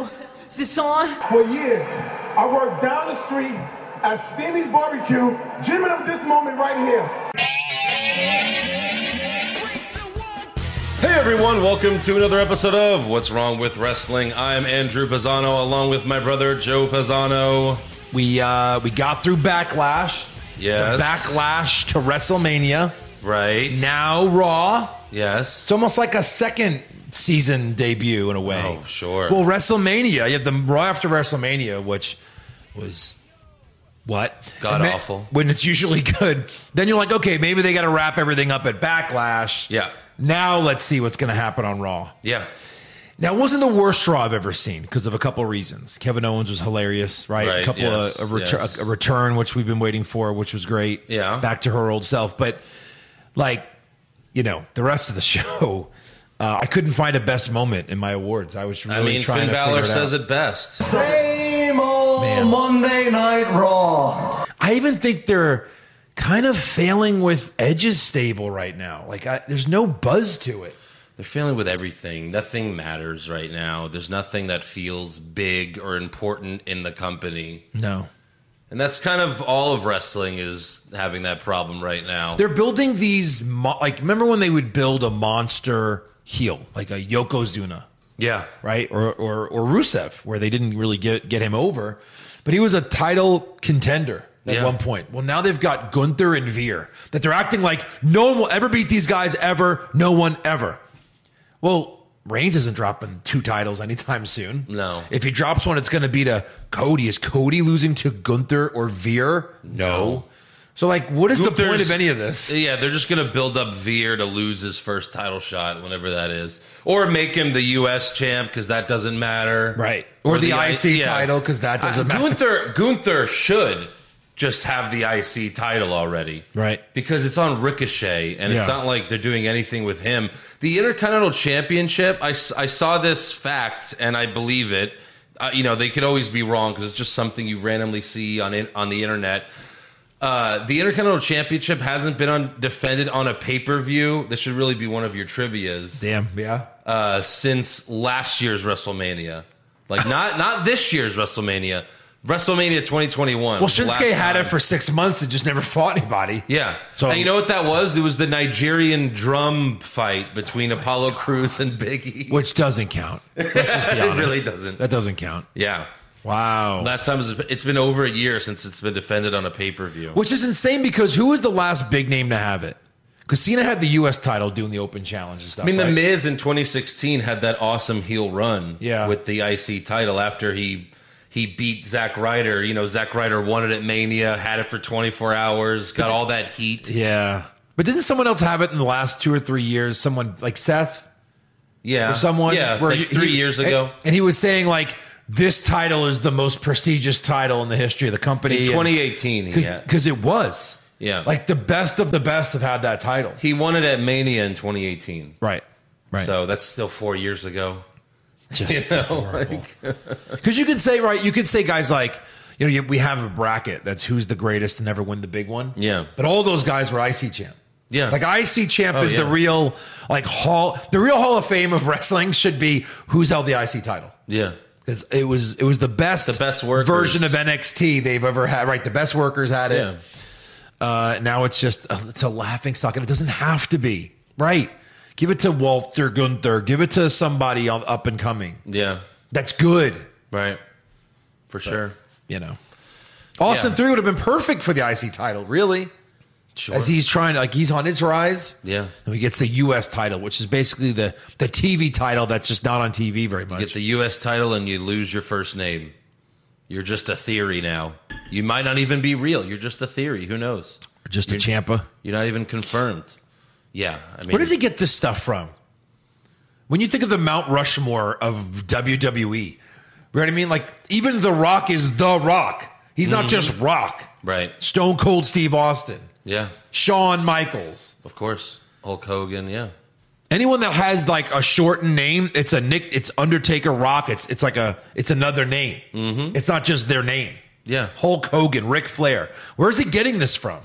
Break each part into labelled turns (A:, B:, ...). A: Oh,
B: this on?
C: For years, I worked down the street at Steenie's Barbecue, dreaming of this moment right here.
D: Hey everyone, welcome to another episode of What's Wrong with Wrestling. I'm Andrew Pisano along with my brother Joe Pisano.
E: We uh, we got through backlash.
D: Yes.
E: The backlash to WrestleMania.
D: Right.
E: Now Raw.
D: Yes.
E: It's almost like a second season debut in a way.
D: Oh, sure.
E: Well, WrestleMania. You had the Raw after WrestleMania, which was what
D: God
E: And then-
D: awful.
E: When it's usually good, then you're like, okay, maybe they got to wrap everything up at Backlash.
D: Yeah.
E: Now let's see what's going to happen on Raw.
D: yeah.
E: Now, it wasn't the worst Raw I've ever seen because of a couple of reasons. Kevin Owens was hilarious, right?
D: Right,
E: a couple
D: yes,
E: of a, retur-
D: yes.
E: a return, which we've been waiting for, which was great.
D: Yeah.
E: back to her old self. But like, you know, the rest of the show, uh, I couldn't find a best moment in my awards. I was really
D: I mean,
E: trying
D: Finn
E: to
D: Balor
E: figure it
D: says
E: out.
D: it best.
F: Same old
E: Man.
F: Monday Night Raw.
E: I even think they're kind of failing with Edge's stable right now. Like, I, there's no buzz to it.
D: They're failing with everything. Nothing matters right now. There's nothing that feels big or important in the company.
E: No.
D: And that's kind of all of wrestling is having that problem right now.
E: They're building these mo- like remember when they would build a monster heel like a Yokozuna,
D: yeah.
E: right? Or or or Rusev where they didn't really get get him over, but he was a title contender at
D: Yeah.
E: one point. Well, now they've got Gunther and Veer that they're acting like no one will ever beat these guys ever, no one ever. Well, Reigns isn't dropping two titles anytime soon.
D: No.
E: If he drops one, it's going to be to Cody. Is Cody losing to Gunther or Veer?
D: No.
E: So, like, what is the point
D: Gunther's-
E: of any of this?
D: Yeah, they're just going to build up Veer to lose his first title shot, whenever that is, or make him the U.S. champ because that doesn't matter,
E: Right. Or the IC title, 'cause that doesn't matter.
D: Uh, Gunther Gunther should just have the IC title already,
E: Right.
D: Because it's on Ricochet, and it's
E: Yeah.
D: not like they're doing anything with him. The Intercontinental Championship, I, s- I saw this fact and I believe it. Uh, you know, they could always be wrong because it's just something you randomly see on in, on the internet. Uh, the Intercontinental Championship hasn't been on, defended on a pay per view. This should really be one of your trivia's
E: Damn. Yeah.
D: uh, since last year's WrestleMania. Like not not this year's WrestleMania, WrestleMania 2021.
E: Well,
D: was the
E: Shinsuke
D: last
E: had
D: time.
E: it for six months and just never fought anybody.
D: Yeah.
E: So-
D: and you know what that was? It was the Nigerian drum fight between Apollo Crews and Biggie.
E: Which doesn't count. Let's just be
D: It
E: honest.
D: really doesn't.
E: That doesn't count.
D: Yeah.
E: Wow.
D: Last time was, it's been over a year since it's been defended on a pay per view.
E: Which is insane because who was the last big name to have it? Because Cena had the U.S. title doing the open challenge and stuff.
D: I mean, The
E: right?
D: Miz in 2016 had that awesome heel run
E: Yeah.
D: with the IC title after he he beat Zack Ryder. You know, Zack Ryder won it at Mania, had it for 24 hours, got all that heat.
E: yeah. But didn't someone else have it in the last two or three years? Someone like Seth
D: Yeah,
E: or someone?
D: Uh, Yeah,
E: where
D: like
E: he-
D: three
E: he-
D: years
E: and-
D: ago.
E: And he was saying, like, this title is the most prestigious title in the history of the company.
D: In
E: And-
D: 2018, he, had,
E: because it was.
D: Yeah.
E: Like the best of the best have had that title.
D: he won it at Mania in 2018.
E: Right. Right.
D: So that's still four years ago.
E: just horrible. Because you could say right, you could say guys like you know you, we have a bracket that's who's the greatest and never win the big one.
D: Yeah.
E: but all those guys were IC champ.
D: Yeah.
E: like IC champ
D: Oh,
E: is the
D: yeah.
E: real like hall. The real Hall of Fame of wrestling should be who's held the IC title.
D: Yeah.
E: 'Cause It was it was the best
D: The best workers.
E: version of NXT they've ever had. Right, the best workers had it.
D: Yeah.
E: Uh, now it's just uh, it's a laughing stock, and it doesn't have to be right. Give it to Walter Gunther. Give it to somebody on- up and coming.
D: Yeah.
E: That's good,
D: Right. For sure.
E: you know. Austin
D: Yeah.
E: three would have been perfect for the IC title, really,
D: Sure.
E: as he's trying to like he's on his rise.
D: Yeah.
E: and he gets the U.S. title, which is basically the the TV title that's just not on TV very
D: Get
E: much.
D: the U.S. title and you lose your first name. You're just a theory now. You might not even be real. You're just a theory. Who knows?
E: just a Champa.
D: You're not even confirmed. Yeah, I mean,
E: Where does he get this stuff from? When you think of the Mount Rushmore of WWE, you know what I mean? Like even The Rock is The Rock. He's not
D: Mm-hmm.
E: just Rock.
D: Right.
E: Stone Cold Steve Austin,
D: Yeah,
E: Shawn Michaels.
D: of course. Hulk Hogan. Yeah,
E: Anyone that has like a shortened name, it's a nick. It's Undertaker Rock. It's it's like a it's another name. Mm-hmm. It's not just their name.
D: yeah.
E: Hulk Hogan, Ric Flair. Where is he getting this from?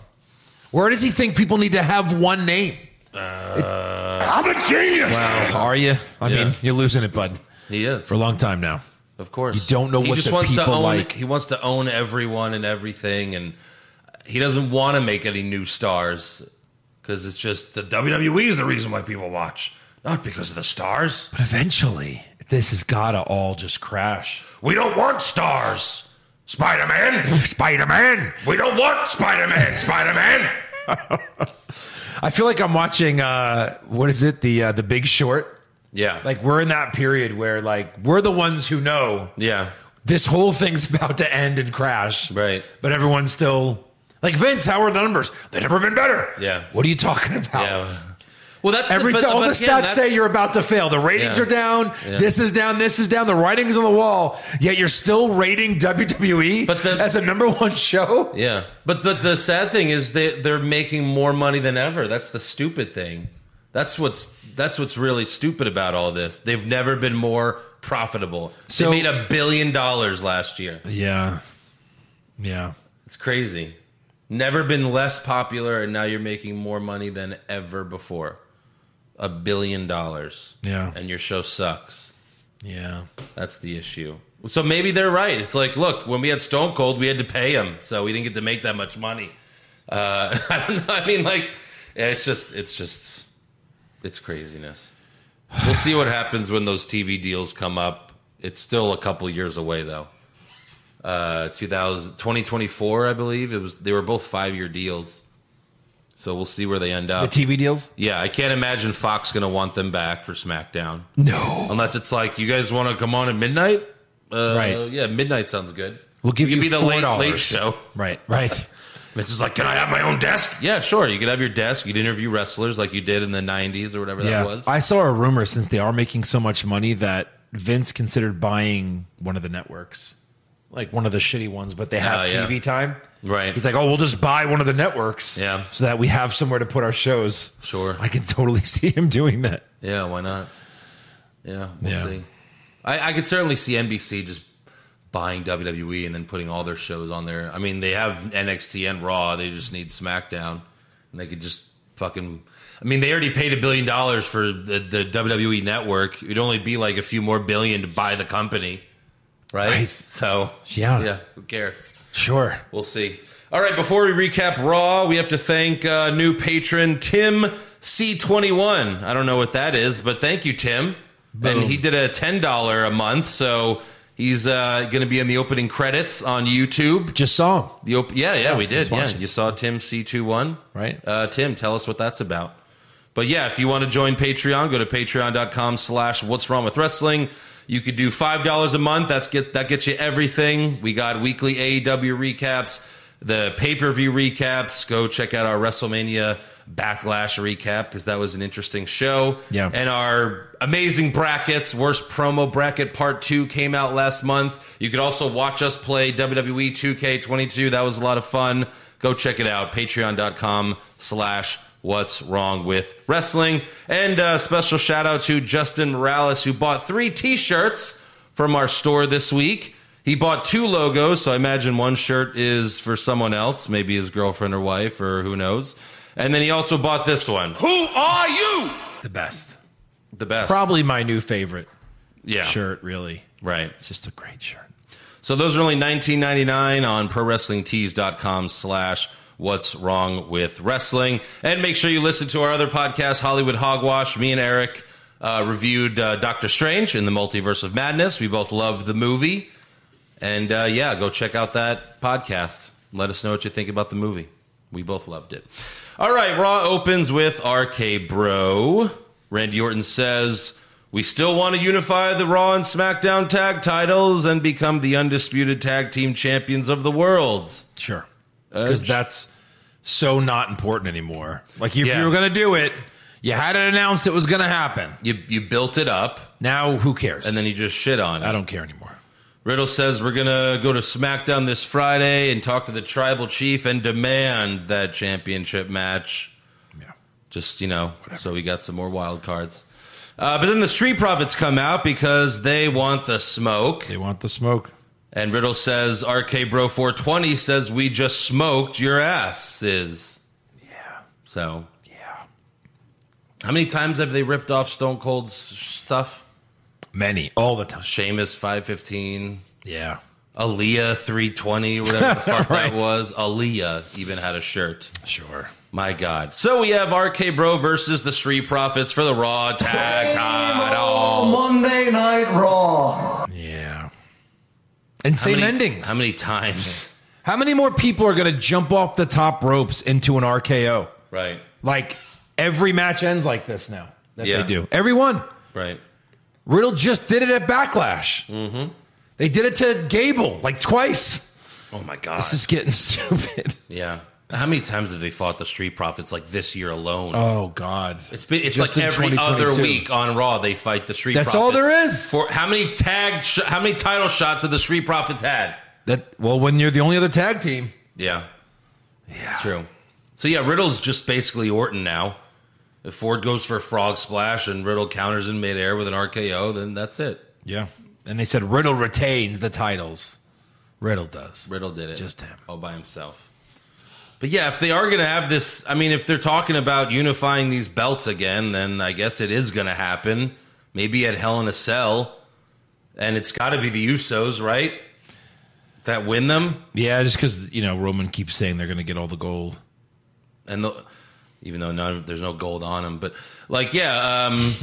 E: Where does he think people need to have one name?
C: I'm a genius!
E: Wow, are you? I
D: Yeah.
E: mean, you're losing it, bud,
D: He is.
E: for a long time now.
D: Of course,
E: You don't know
D: he
E: what
D: just
E: the
D: wants to
E: people
D: own,
E: like.
D: He wants to own everyone and everything, and he doesn't want to make any new stars because it's just the WWE is the reason why people watch, not because of the stars.
E: But eventually, this has got to all just crash.
D: We don't want stars, Spider Man.
E: Spider Man.
D: We don't want Spider Man. Spider Man.
E: I feel like I'm watching. Uh, what is it? The uh, The Big Short.
D: Yeah,
E: Like we're in that period where like we're the ones who know
D: yeah,
E: this whole thing's about to end and crash.
D: Right.
E: But everyone's still like Vince. How are the numbers? They've never been better.
D: Yeah.
E: What are you talking about?
D: yeah. Well, that's
E: Everything,
D: The, but-
E: all
D: but
E: the
D: again,
E: stats
D: that's-
E: say you're about to fail. The ratings
D: Yeah.
E: are down.
D: Yeah.
E: This is down. This is down. The writing's on the wall. Yet you're still rating WWE
D: But the-
E: as a number one show.
D: Yeah, but the the sad thing is they they're making more money than ever. That's the stupid thing. That's what's that's what's really stupid about all this. They've never been more profitable.
E: So-
D: they made a billion dollars last year.
E: Yeah. Yeah.
D: It's crazy. Never been less popular, and now you're making more money than ever before. A billion dollars.
E: Yeah.
D: and your show sucks.
E: Yeah.
D: That's the issue. So maybe they're right. It's like, look, when we had Stone Cold, we had to pay him, so we didn't get to make that much money. Uh, I don't know. I mean, like, yeah, it's just, it's just, it's craziness. We'll see what happens when those TV deals come up. It's still a couple years away, though. Uh, 2000, 2024, I believe it was. They were both five year deals, so we'll see where they end
E: The
D: up.
E: TV deals?
D: yeah, I can't imagine Fox going to want them back for SmackDown.
E: No.
D: Unless it's like you guys want to come on at midnight. Uh,
E: Right.
D: Yeah, midnight sounds good.
E: We'll give
D: could
E: you
D: be the late
E: $4.
D: late show.
E: Right. Right.
D: It's just like, can I have my own desk? Yeah, sure. You could have your desk. You'd interview wrestlers like you did in the '90s or whatever that was.
E: I saw a rumor since they are making so much money that Vince considered buying one of the networks, like one of the shitty ones, but they have
D: Oh, yeah.
E: TV time.
D: Right.
E: He's like, oh, we'll just buy one of the networks.
D: Yeah.
E: So that we have somewhere to put our shows.
D: Sure.
E: I can totally see him doing that.
D: yeah, why not? Yeah, we'll
E: Yeah.
D: see. I, I could certainly see NBC just buying WWE and then putting all their shows on there. I mean, they have NXT and Raw. They just need SmackDown, and they could just fucking. I mean, they already paid a billion dollars for the, the WWE network. It'd only be like a few more billion to buy the company, right?
E: Right.
D: So
E: Yeah.
D: yeah. Who cares?
E: Sure.
D: We'll see. All right, before we recap Raw, we have to thank uh, new patron Tim C21. I don't know what that is, but thank you, Tim. And he did a $10 a month, so he's uh, going to be in the opening credits on YouTube.
E: Just saw him.
D: The op- yeah, yeah, we did.
E: just
D: Yeah,
E: watching.
D: you saw Tim C21.
E: Right.
D: Uh, Tim, tell us what that's about. But yeah, if you want to join Patreon, go to patreon.com slash what's wrong with wrestling. You could do five dollars a month. That's get that gets you everything. We got weekly AEW recaps, the pay-per-view recaps. Go check out our WrestleMania backlash recap because that was an interesting show.
E: Yeah.
D: And our amazing brackets, worst promo bracket part two came out last month. You could also watch us play E WWE 2K22. That was a lot of fun. Go check it out. Patreon.com slash what's wrong with wrestling. And uh special shout out to Justin Morales, who bought three t shirts from our store this week. He bought two logos, so I imagine one shirt is for someone else, maybe his girlfriend or wife, or who knows. And then he also bought this one. Who are you?
E: The best.
D: The best.
E: Probably my new favorite
D: Yeah.
E: shirt, really.
D: Right.
E: It's just a great shirt.
D: So those are only nineteen ninety nine on prowrestlingtees.com slash what's wrong with wrestling. And make sure you listen to our other podcast, Hollywood Hogwash. Me and Eric uh, reviewed uh, Doctor Strange in the Multiverse of Madness. We both loved the movie. And uh, yeah, go check out that podcast. Let us know what you think about the movie. We both loved it. All right, Raw opens with RK Bro. Randy Orton says, We still want to unify the Raw and SmackDown tag titles and become the undisputed tag team champions of the world.
E: Sure. Because that's so not important anymore. Like if
D: Yeah.
E: you were going to do it, you had to announce it was going to happen.
D: You, you built it up,
E: Now who cares?
D: and then you just shit on it.
E: I don't care anymore.
D: Riddle says we're gonna go to SmackDown this Friday and talk to the Tribal Chief and demand that championship match.
E: Yeah.
D: Just you know, so we got some more wild cards. Uh, but then the Street Profits come out because they want the smoke.
E: They want the smoke.
D: And Riddle says, "RK Bro 420 says we just smoked your asses." Yeah. So. Yeah. How many times have they ripped off Stone Cold's stuff?
E: Many. All the time.
D: Sheamus five fifteen.
E: Yeah.
D: Aaliyah three twenty, whatever the fuck
E: Right.
D: that was. Aaliyah even had a shirt.
E: Sure.
D: My God. So we have RK Bro versus the Street Profits for the Raw
F: Oh,
D: Tag Title.
F: Monday Night Raw.
E: Yeah. And
D: How
E: same
D: many-
E: endings.
D: How many times?
E: How many more people are going to jump off the top ropes into an RKO?
D: Right.
E: Like every match ends like this now that
D: Yeah.
E: they do. Everyone.
D: Right.
E: Riddle just did it at Backlash. Mm-hmm. They did it to Gable like twice.
D: Oh my God.
E: This is getting stupid.
D: yeah. How many times have they fought the Street Profits like this year alone?
E: Oh God.
D: It's been it's
E: Just
D: like
E: in
D: every other
E: 2022.
D: week on Raw they fight the Street.
E: That's
D: Profits.
E: all there is.
D: For how many tag? Sh- how many title shots have the Street Profits had?
E: That well, when you're the only other tag team.
D: Yeah. Yeah. True. So yeah, Riddle's just basically Orton now. If Ford goes for a frog splash and Riddle counters in midair with an RKO, then that's it.
E: Yeah. And they said Riddle retains the titles. Riddle does.
D: Riddle did it.
E: Just him.
D: All by himself. But yeah, if they are going to have this, I mean, if they're talking about unifying these belts again, then I guess it is going to happen. Maybe at Hell in a Cell. And it's got to be the Usos, right? That win them.
E: Yeah, just because you know Roman keeps saying they're going to get all the gold.
D: and the, even though none of, there's no gold on them, but like yeah, um,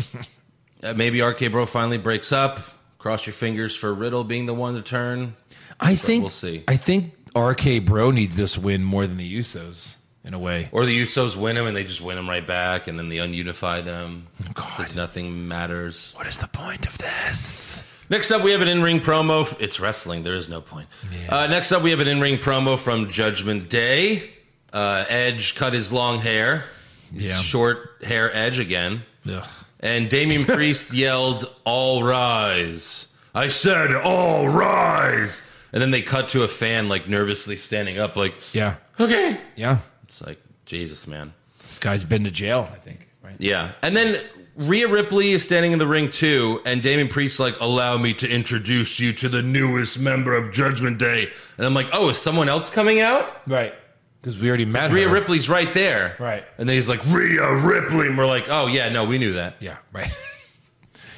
D: uh, maybe RK Bro finally breaks up. Cross your fingers for Riddle being the one to turn.
E: I think
D: we'll see.
E: I think RK Bro needs this win more than the Usos in a way.
D: Or the Usos win him and they just win him right back, and then they ununify them.
E: God.
D: Because nothing matters.
E: What is the point of this?
D: Next up, we have an in ring promo. f- It's wrestling. There is no point. Uh, next up, we have an in ring promo from Judgment Day. Uh, Edge cut his long hair. He's
E: Yeah.
D: Short hair Edge again.
E: Ugh.
D: And Damien Priest yelled, All rise. I said, All rise. And then they cut to a fan, like nervously standing up, like,
E: Yeah,
D: Okay.
E: yeah.
D: It's like, Jesus, man.
E: This guy's been to jail, I think. Right?
D: Yeah. And then Rhea Ripley is standing in the ring too. And Damien Priest, like, Allow me to introduce you to the newest member of Judgment Day. And I'm like, Oh, is someone else coming out?
E: Right. Because we already met
D: Rhea
E: her.
D: Ripley's right there.
E: Uh-huh. Right.
D: And then he's like, Rhea Ripley. And we're like, Oh, yeah, no, we knew that.
E: Yeah, right.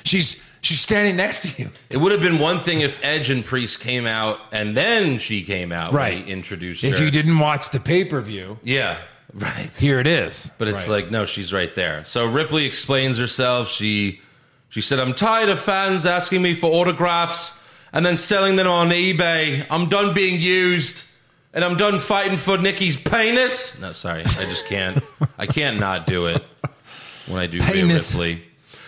E: she's she's standing next to you.
D: It would have been one thing if Edge and Priest came out and then she came out. when
E: Right.
D: he introduced
E: If
D: her.
E: you didn't watch the pay per view,
D: Yeah. Right.
E: here it is.
D: But it's
E: Right.
D: like, no, she's right there. So Ripley explains herself. She she said, I'm tired of fans asking me for autographs and then selling them on eBay. I'm done being used. And I'm done fighting for Nikki's penis. No, sorry. I just can't. I can't not do it when I do Rhea
E: Penis.
D: Ripley.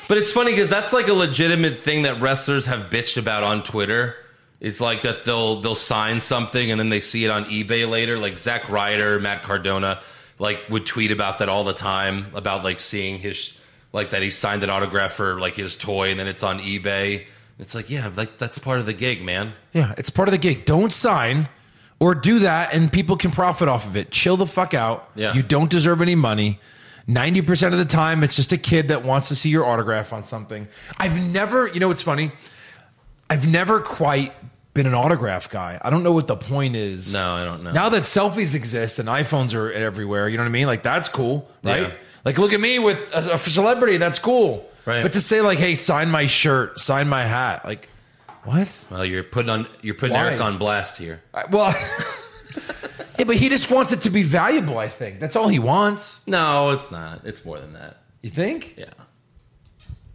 D: But it's funny because that's like a legitimate thing that wrestlers have bitched about on Twitter. It's like that they'll they'll sign something and then they see it on eBay later. Like Zack Ryder, Matt Cardona, like would tweet about that all the time about like seeing his like that he signed an autograph for like his toy and then it's on eBay. It's like yeah, like that's part of the gig, man.
E: yeah, it's part of the gig. Don't sign or do that, and people can profit off of it. Chill the fuck out.
D: Yeah.
E: you don't deserve any money. Ninety percent of the time, it's just a kid that wants to see your autograph on something. I've never, you know, what's funny. I've never quite been an autograph guy. I don't know what the point is.
D: No, I don't know.
E: Now that selfies exist and iPhones are everywhere, you know what I mean? Like that's cool, right?
D: Yeah.
E: Like look at me with a, a celebrity, that's cool.
D: Right.
E: But to say like, "Hey, sign my shirt, sign my hat." Like what?
D: well, you're putting on you're putting
E: Why?
D: Eric on blast here.
E: I- well Yeah, but he just wants it to be valuable, I think. That's all he wants.
D: No, it's not. It's more than that.
E: You think?
D: Yeah.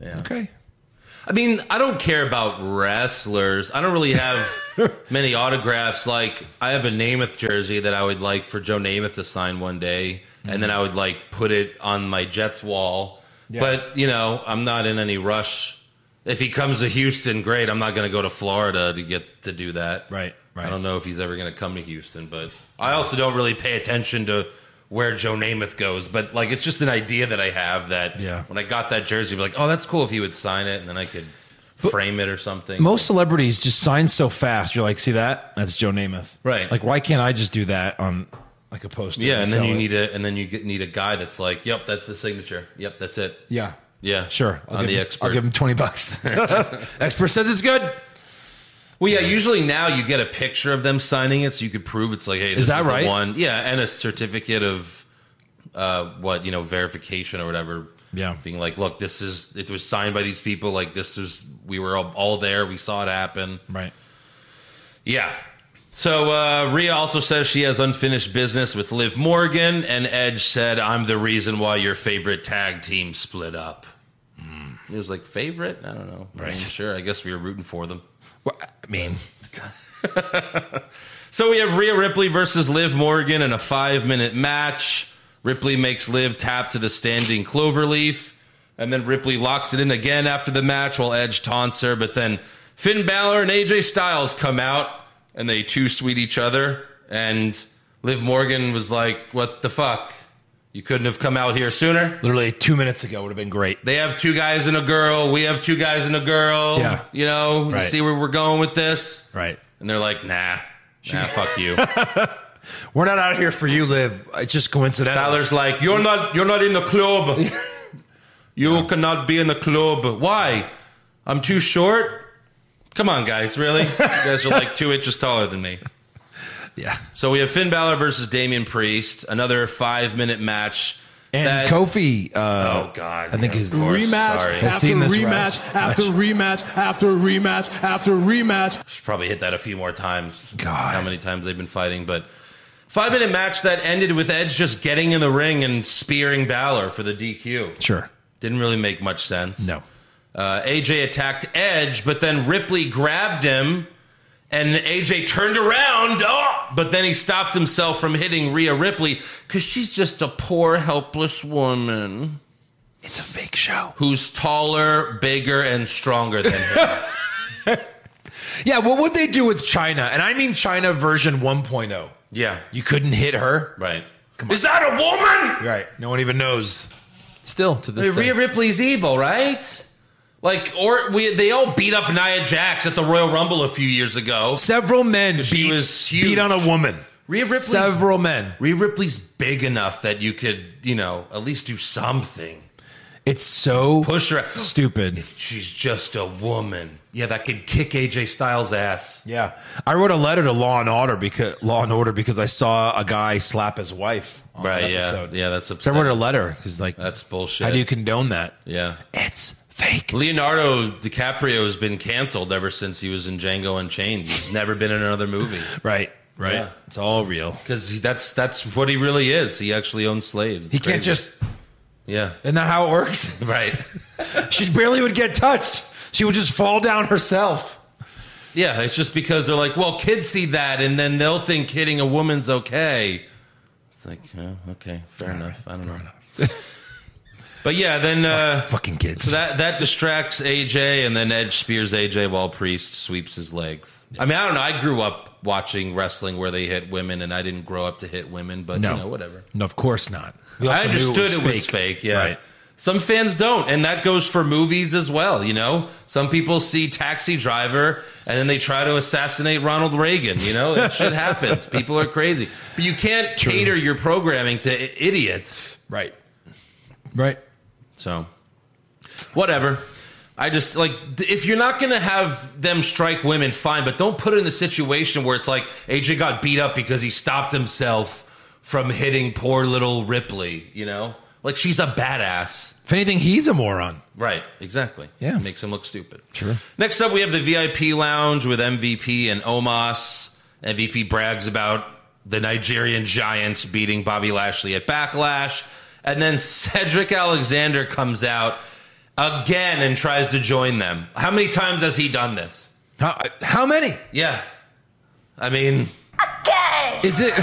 D: Yeah.
E: Okay.
D: I mean, I don't care about wrestlers. I don't really have many autographs. Like, I have a Namath jersey that I would like for Joe Namath to sign one day, and then I would like put it on my Jets wall.
E: Mm-hmm. Yeah.
D: But you know, I'm not in any rush. If he comes to Houston, great. I'm not going to go to Florida to get to do that.
E: Right, right.
D: I don't know if he's ever going to come to Houston, but I also don't really pay attention to where Joe Namath goes. But like, it's just an idea that I have that
E: Yeah.
D: when I got that jersey, I'd be like, oh, that's cool if he would sign it, and then I could frame it or something.
E: Most celebrities just sign so fast. You're like, "See that? That's Joe Namath."
D: Right.
E: Like, why can't I just do that on like a poster?
D: yeah, and then
E: sell
D: you
E: it?
D: need a and then you get, need a guy that's like, yep, that's the signature. Yep, that's it.
E: Yeah.
D: Yeah,
E: Sure.
D: on
E: give
D: the
E: him,
D: expert.
E: I'll give him 20 bucks. expert says it's good.
D: Well, yeah. Usually now you get a picture of them signing it, so you could prove it's like, hey, this is
E: that
D: the
E: right?
D: one. Yeah, and a certificate of uh, what you know verification or whatever.
E: Yeah.
D: being like, look, this is it was signed by these people. Like this is we were all, all there. We saw it happen.
E: Right.
D: Yeah. So uh, Rhea also says she has unfinished business with Liv Morgan, and Edge said, "I'm the reason why your favorite tag team split up." It was like favorite. I don't know. I mean,
E: Hmm. Right.
D: sure. I guess we were rooting for them.
E: Well, I mean,
D: So we have Rhea Ripley versus Liv Morgan in a five minute match. Ripley makes Liv tap to the standing cloverleaf, and then Ripley locks it in again after the match while Edge taunts her. But then Finn Balor and AJ Styles come out and they two sweet each other. And Liv Morgan was like, What the fuck? You couldn't have come out here sooner?
E: literally two minutes ago would have been great.
D: They have two guys and a girl. We have two guys and a girl.
E: Yeah.
D: You know, you
E: Right.
D: see where we're going with this?
E: Right.
D: And they're like, Nah, nah, fuck you.
E: We're not out here for you, Liv. It's just coincidental.
D: Balor's like, you're not, you're not in the club. You cannot be in the club. Why? I'm too short. Come on, guys, really? You guys are like two inches taller than me.
E: Yeah.
D: So we have Finn Balor versus Damian Priest, another five minute match.
E: And
D: that-
E: Kofi, uh,
D: oh god,
E: I think
D: yeah,
E: his-
D: of course,
B: Rematch
D: Sorry,
E: Has
B: after
E: seen this
B: rematch
E: route.
B: after rematch after rematch after rematch.
D: Should probably hit that a few more times.
E: God.
D: how many times they've been fighting, but. Five minute match that ended with Edge just getting in the ring and spearing Balor for the DQ.
E: sure.
D: Didn't really make much sense.
E: No.
D: Uh, AJ attacked Edge, but then Ripley grabbed him, and AJ turned around. Oh, but then he stopped himself from hitting Rhea Ripley because she's just a poor, helpless woman
E: It's a fake show.
D: who's taller, bigger, and stronger than him.
E: Yeah, what would they do with China? And I mean China version 1.0.
D: yeah,
E: You couldn't hit her?
D: right. Is that a woman?
E: Right. No one even knows. Still to this
D: Rhea
E: day.
D: Ripley's evil, right? Like, or we, they all beat up Nia Jax at the Royal Rumble a few years ago.
E: Several men beat,
D: she was huge.
E: beat on a woman.
D: Rhea Ripley's
E: Several men.
D: Rhea Ripley's big enough that you could, you know, at least do something.
E: It's so
D: Push her.
E: stupid.
D: She's just a woman. Yeah, that could kick AJ Styles' ass.
E: Yeah. I wrote a letter to Law and Order because Law and Order because I saw a guy slap his wife on that
D: Right? Yeah.
E: episode.
D: Yeah, that's
E: So I
D: upsetting.
E: wrote a letter because like
D: That's bullshit.
E: how do you condone that?
D: yeah.
E: It's fake.
D: Leonardo DiCaprio has been canceled ever since he was in Django Unchained. He's never been in another movie
E: Right. Right.
D: Yeah.
E: It's all real.
D: because that's that's what he really is. He actually owns slaves. It's
E: He can't
D: crazy.
E: just
D: yeah
E: isn't that how it works?
D: right
E: she barely would get touched. She would just fall down herself.
D: yeah. It's just because they're like, well, kids see that and then they'll think hitting a woman's okay. It's like, oh, okay, fair enough. I don't know. but yeah, then uh,
E: Fucking kids.
D: So that that distracts AJ, and then Edge spears AJ while Priest sweeps his legs. I mean, I don't know. I grew up watching wrestling where they hit women, and I didn't grow up to hit women, but
E: no,
D: you know, whatever.
E: No, of course not. We
D: I
E: also knew
D: understood it was, fake. Yeah.
E: Right.
D: Some fans don't, and that goes for movies as well. You know, some people see Taxi Driver and then they try to assassinate Ronald Reagan. You know, that shit happens. People are crazy, but you can't cater your programming to i- idiots.
E: Right. Right.
D: So, whatever. I just like th- if you're not gonna have them strike women, fine, but don't put it in the situation where it's like AJ got beat up because he stopped himself from hitting poor little Ripley. You know, like she's a badass.
E: If anything, he's a moron.
D: Right, exactly.
E: Yeah.
D: Makes him look stupid.
E: Sure.
D: Next up, we have the VIP lounge with MVP and Omos. MVP brags about the Nigerian giant beating Bobby Lashley at Backlash. And then Cedric Alexander comes out again and tries to join them. How many times has he done this?
E: How, how many?
D: Yeah. I mean,
E: Is it?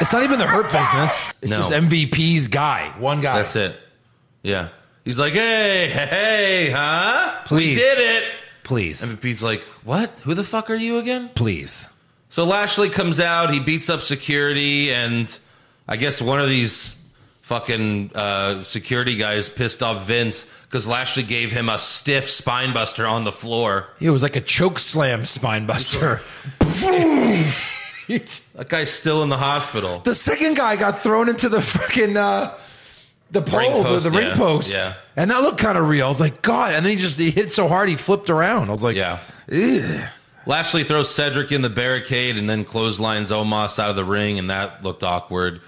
E: It's not even the hurt business. It's
D: No.
E: just MVP's guy. One guy.
D: that's it. Yeah. He's like, hey, hey, hey, huh? We
E: Please.
D: did it.
E: Please.
D: MVP's like, what? Who the fuck are you again?
E: Please.
D: So Lashley comes out, he beats up security, and I guess one of these fucking uh, security guys pissed off Vince because Lashley gave him a stiff spine buster on the floor.
E: It was like a choke slam spine buster. the
D: That guy's still in the hospital.
E: second guy got thrown into the freaking uh, the
D: Ring
E: pole,
D: post,
E: the, the ring
D: yeah,
E: post.
D: yeah.
E: And that looked kind of real. I was like, God. And then he just he hit so hard he flipped around. I was like,
D: Yeah. Lashley throws Cedric in the barricade and then clotheslines Omos out of the ring, and that looked awkward.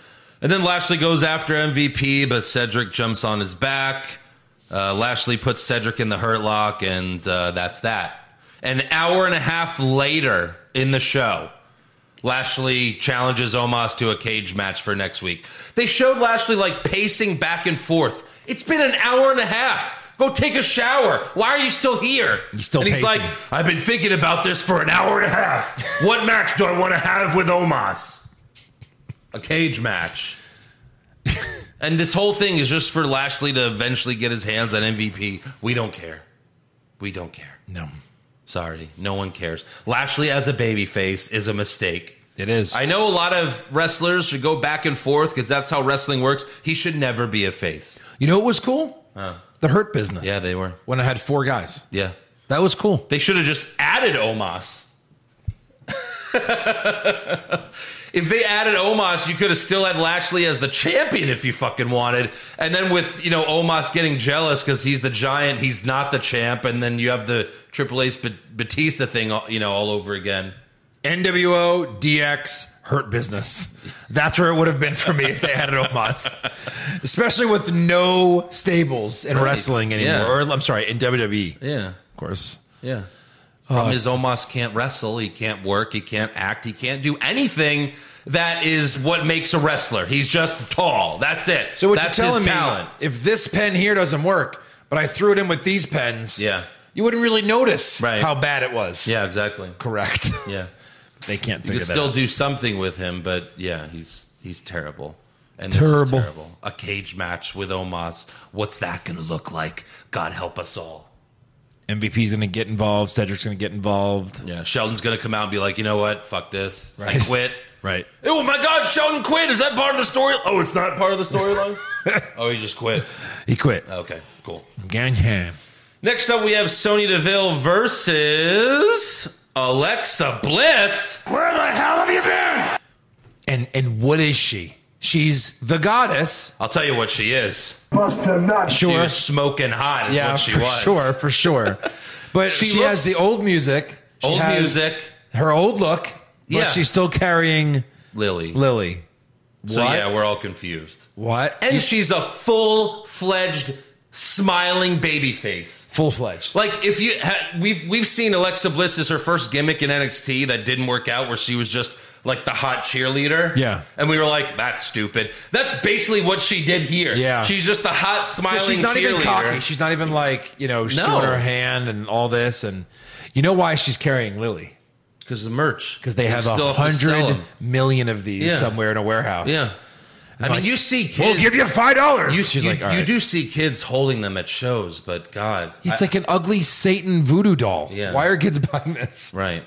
D: And then Lashley goes after MVP, but Cedric jumps on his back. Uh, Lashley puts Cedric in the hurt lock, and uh, that's that. An hour and a half later in the show, Lashley challenges Omos to a cage match for next week. They showed Lashley like pacing back and forth. It's been an hour and a half. Go take a shower. Why are you still here?
E: He's still
D: and he's
E: pacing.
D: like, I've been thinking about this for an hour and a half. What match do I want to have with Omos? A cage match. and this whole thing is just for Lashley to eventually get his hands on MVP. We don't care. We don't care.
E: No,
D: Sorry, no one cares. Lashley as a babyface is a mistake.
E: it is.
D: I know a lot of wrestlers should go back and forth because that's how wrestling works. He should never be a face.
E: you know what was cool? the Hurt Business.
D: Yeah, they were.
E: When I had four guys,
D: Yeah.
E: that was cool.
D: They should have just added Omos. if they added Omos, you could have still had Lashley as the champion if you fucking wanted. And then with, you know, Omos getting jealous because he's the giant, he's not the champ. And then you have the Triple H Bat- Batista thing, you know, all over again.
E: NWO DX Hurt Business. That's where it would have been for me if they had an Omos, especially with no stables in wrestling anymore.
D: Yeah.
E: Or I'm sorry, in WWE,
D: Yeah.
E: of course.
D: Yeah.
E: Uh,
D: Problem is, Omos can't wrestle. He can't work. He can't act. He can't do anything that is what makes a wrestler. He's just tall. That's it.
E: So what
D: That's
E: you're telling
D: his
E: me,
D: talent.
E: if this pen here doesn't work, but I threw it in with these pens,
D: Yeah.
E: you wouldn't really notice
D: Right.
E: how bad it was.
D: Yeah, exactly.
E: correct.
D: Yeah.
E: they can't
D: You
E: figure
D: could
E: that.
D: still
E: out.
D: do something with him, but yeah, he's he's terrible. And This
E: Terrible.
D: is terrible. A cage match with Omos. What's that going to look like? God help us all.
E: MVP's going to get involved. Cedric's going to get involved.
D: Yeah. Sheldon's going to come out and be like, you know what? Fuck this.
E: Right.
D: I quit.
E: Right.
D: Oh my God, Sheldon quit. Is that part of the story? Oh, it's not part of the storyline. oh, he just quit.
E: He quit.
D: Okay, cool.
E: Gangham.
D: Next up, we have Sonya Deville versus Alexa Bliss.
C: Where the hell have you been?
E: And and what is she? She's the goddess.
D: I'll tell you what she is.
C: Bust a nut.
D: She was smoking hot. Is
E: Yeah,
D: what she
E: for
D: was.
E: sure, for sure. But she,
D: She
E: has
D: looks-
E: the old music. She
D: Old
E: has
D: music,
E: Her old look. But
D: Yeah.
E: she's still carrying
D: Lily.
E: Lily.
D: So
E: What?
D: yeah, we're all confused.
E: What?
D: And she's a full fledged smiling baby face.
E: Full fledged.
D: Like if you ha, we've we've seen Alexa Bliss as her first gimmick in NXT that didn't work out where she was just like the hot cheerleader.
E: Yeah.
D: And we were like that's stupid. That's basically what she did here.
E: Yeah.
D: She's just the hot smiling
E: She's not
D: cheerleader.
E: even cocky. She's not even like, you know, showing
D: No.
E: her hand and all this. And you know why she's carrying Lily?
D: Cuz the merch
E: Because they have
D: still
E: a
D: have to sell
E: hundred
D: 'em.
E: million of these
D: Yeah.
E: somewhere in a warehouse.
D: Yeah. I
E: like,
D: mean, you see kids
E: We'll give you five dollars.
D: you,
E: She's
D: you-
E: like, all
D: you
E: right.
D: do see kids holding them at shows, but god.
E: It's
D: I-
E: like an ugly Satan voodoo doll.
D: Yeah.
E: Why are kids buying this?
D: Right.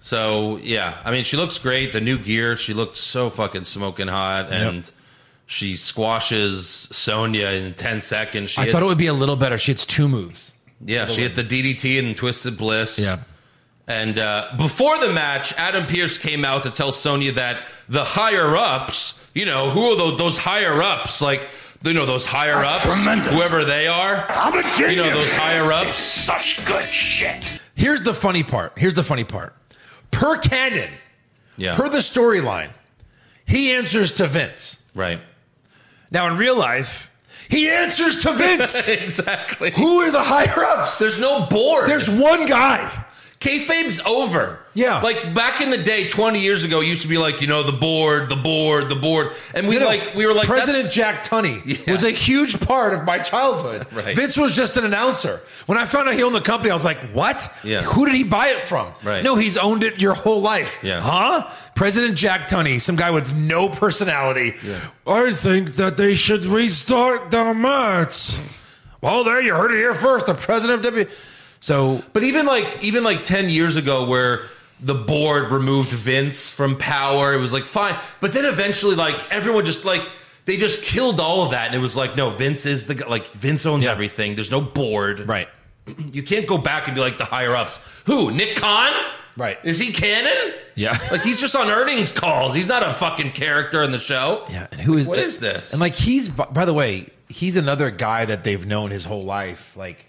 D: So yeah, I mean, she looks great. The new gear, she looked so fucking smoking hot, and she squashes Sonya in ten seconds. She
E: I thought it would be a little better. She hits two moves.
D: yeah. She hit the DDT and Twisted Bliss. And uh, before the match, Adam Pierce came out to tell Sonya that the higher ups, you know, who are those, those higher ups? Like, you know, those higher ups,
G: tremendous.
D: whoever they are.
G: I'm a genius.
D: You know, those higher ups.
G: Such good shit.
E: Here's the funny part. Here's the funny part. Per canon,
D: Yeah.
E: per the storyline, he answers to Vince.
D: right.
E: Now in real life, he answers to Vince.
D: exactly.
E: Who are the higher ups?
D: There's no board.
E: There's one guy.
D: kayfabe's over.
E: Yeah.
D: Like back in the day, 20 years ago, it used to be like, you know, the board, the board, the board. And we
E: You know,
D: like, we were like,
E: President
D: that's-
E: Jack Tunney
D: Yeah.
E: was a huge part of my childhood.
D: Right.
E: Vince was just an announcer. When I found out he owned the company, I was like, "What?
D: Yeah.
E: Who did he buy it from?
D: Right.
E: No, he's owned it your whole life.
D: Yeah.
E: Huh? President Jack Tunney, some guy with no personality. I think that they should restart the match. Well, there you heard it here first. The president of W. So
D: but even like, even like 10 years ago where the board removed Vince from power, it was like, fine. But then eventually, like, everyone just like, they just killed all of that. And it was like, no, Vince is the guy. Like, Vince owns
E: Yeah.
D: everything. There's no board.
E: right,
D: You can't go back and be like the higher ups. Who? Nick Khan?
E: Right.
D: Is he canon?
E: Yeah.
D: Like he's just on earnings calls. He's not a fucking character in the show.
E: yeah. And who is
D: What
E: thi-
D: is this?
E: And like he's by by the way, he's another guy that they've known his whole life. Like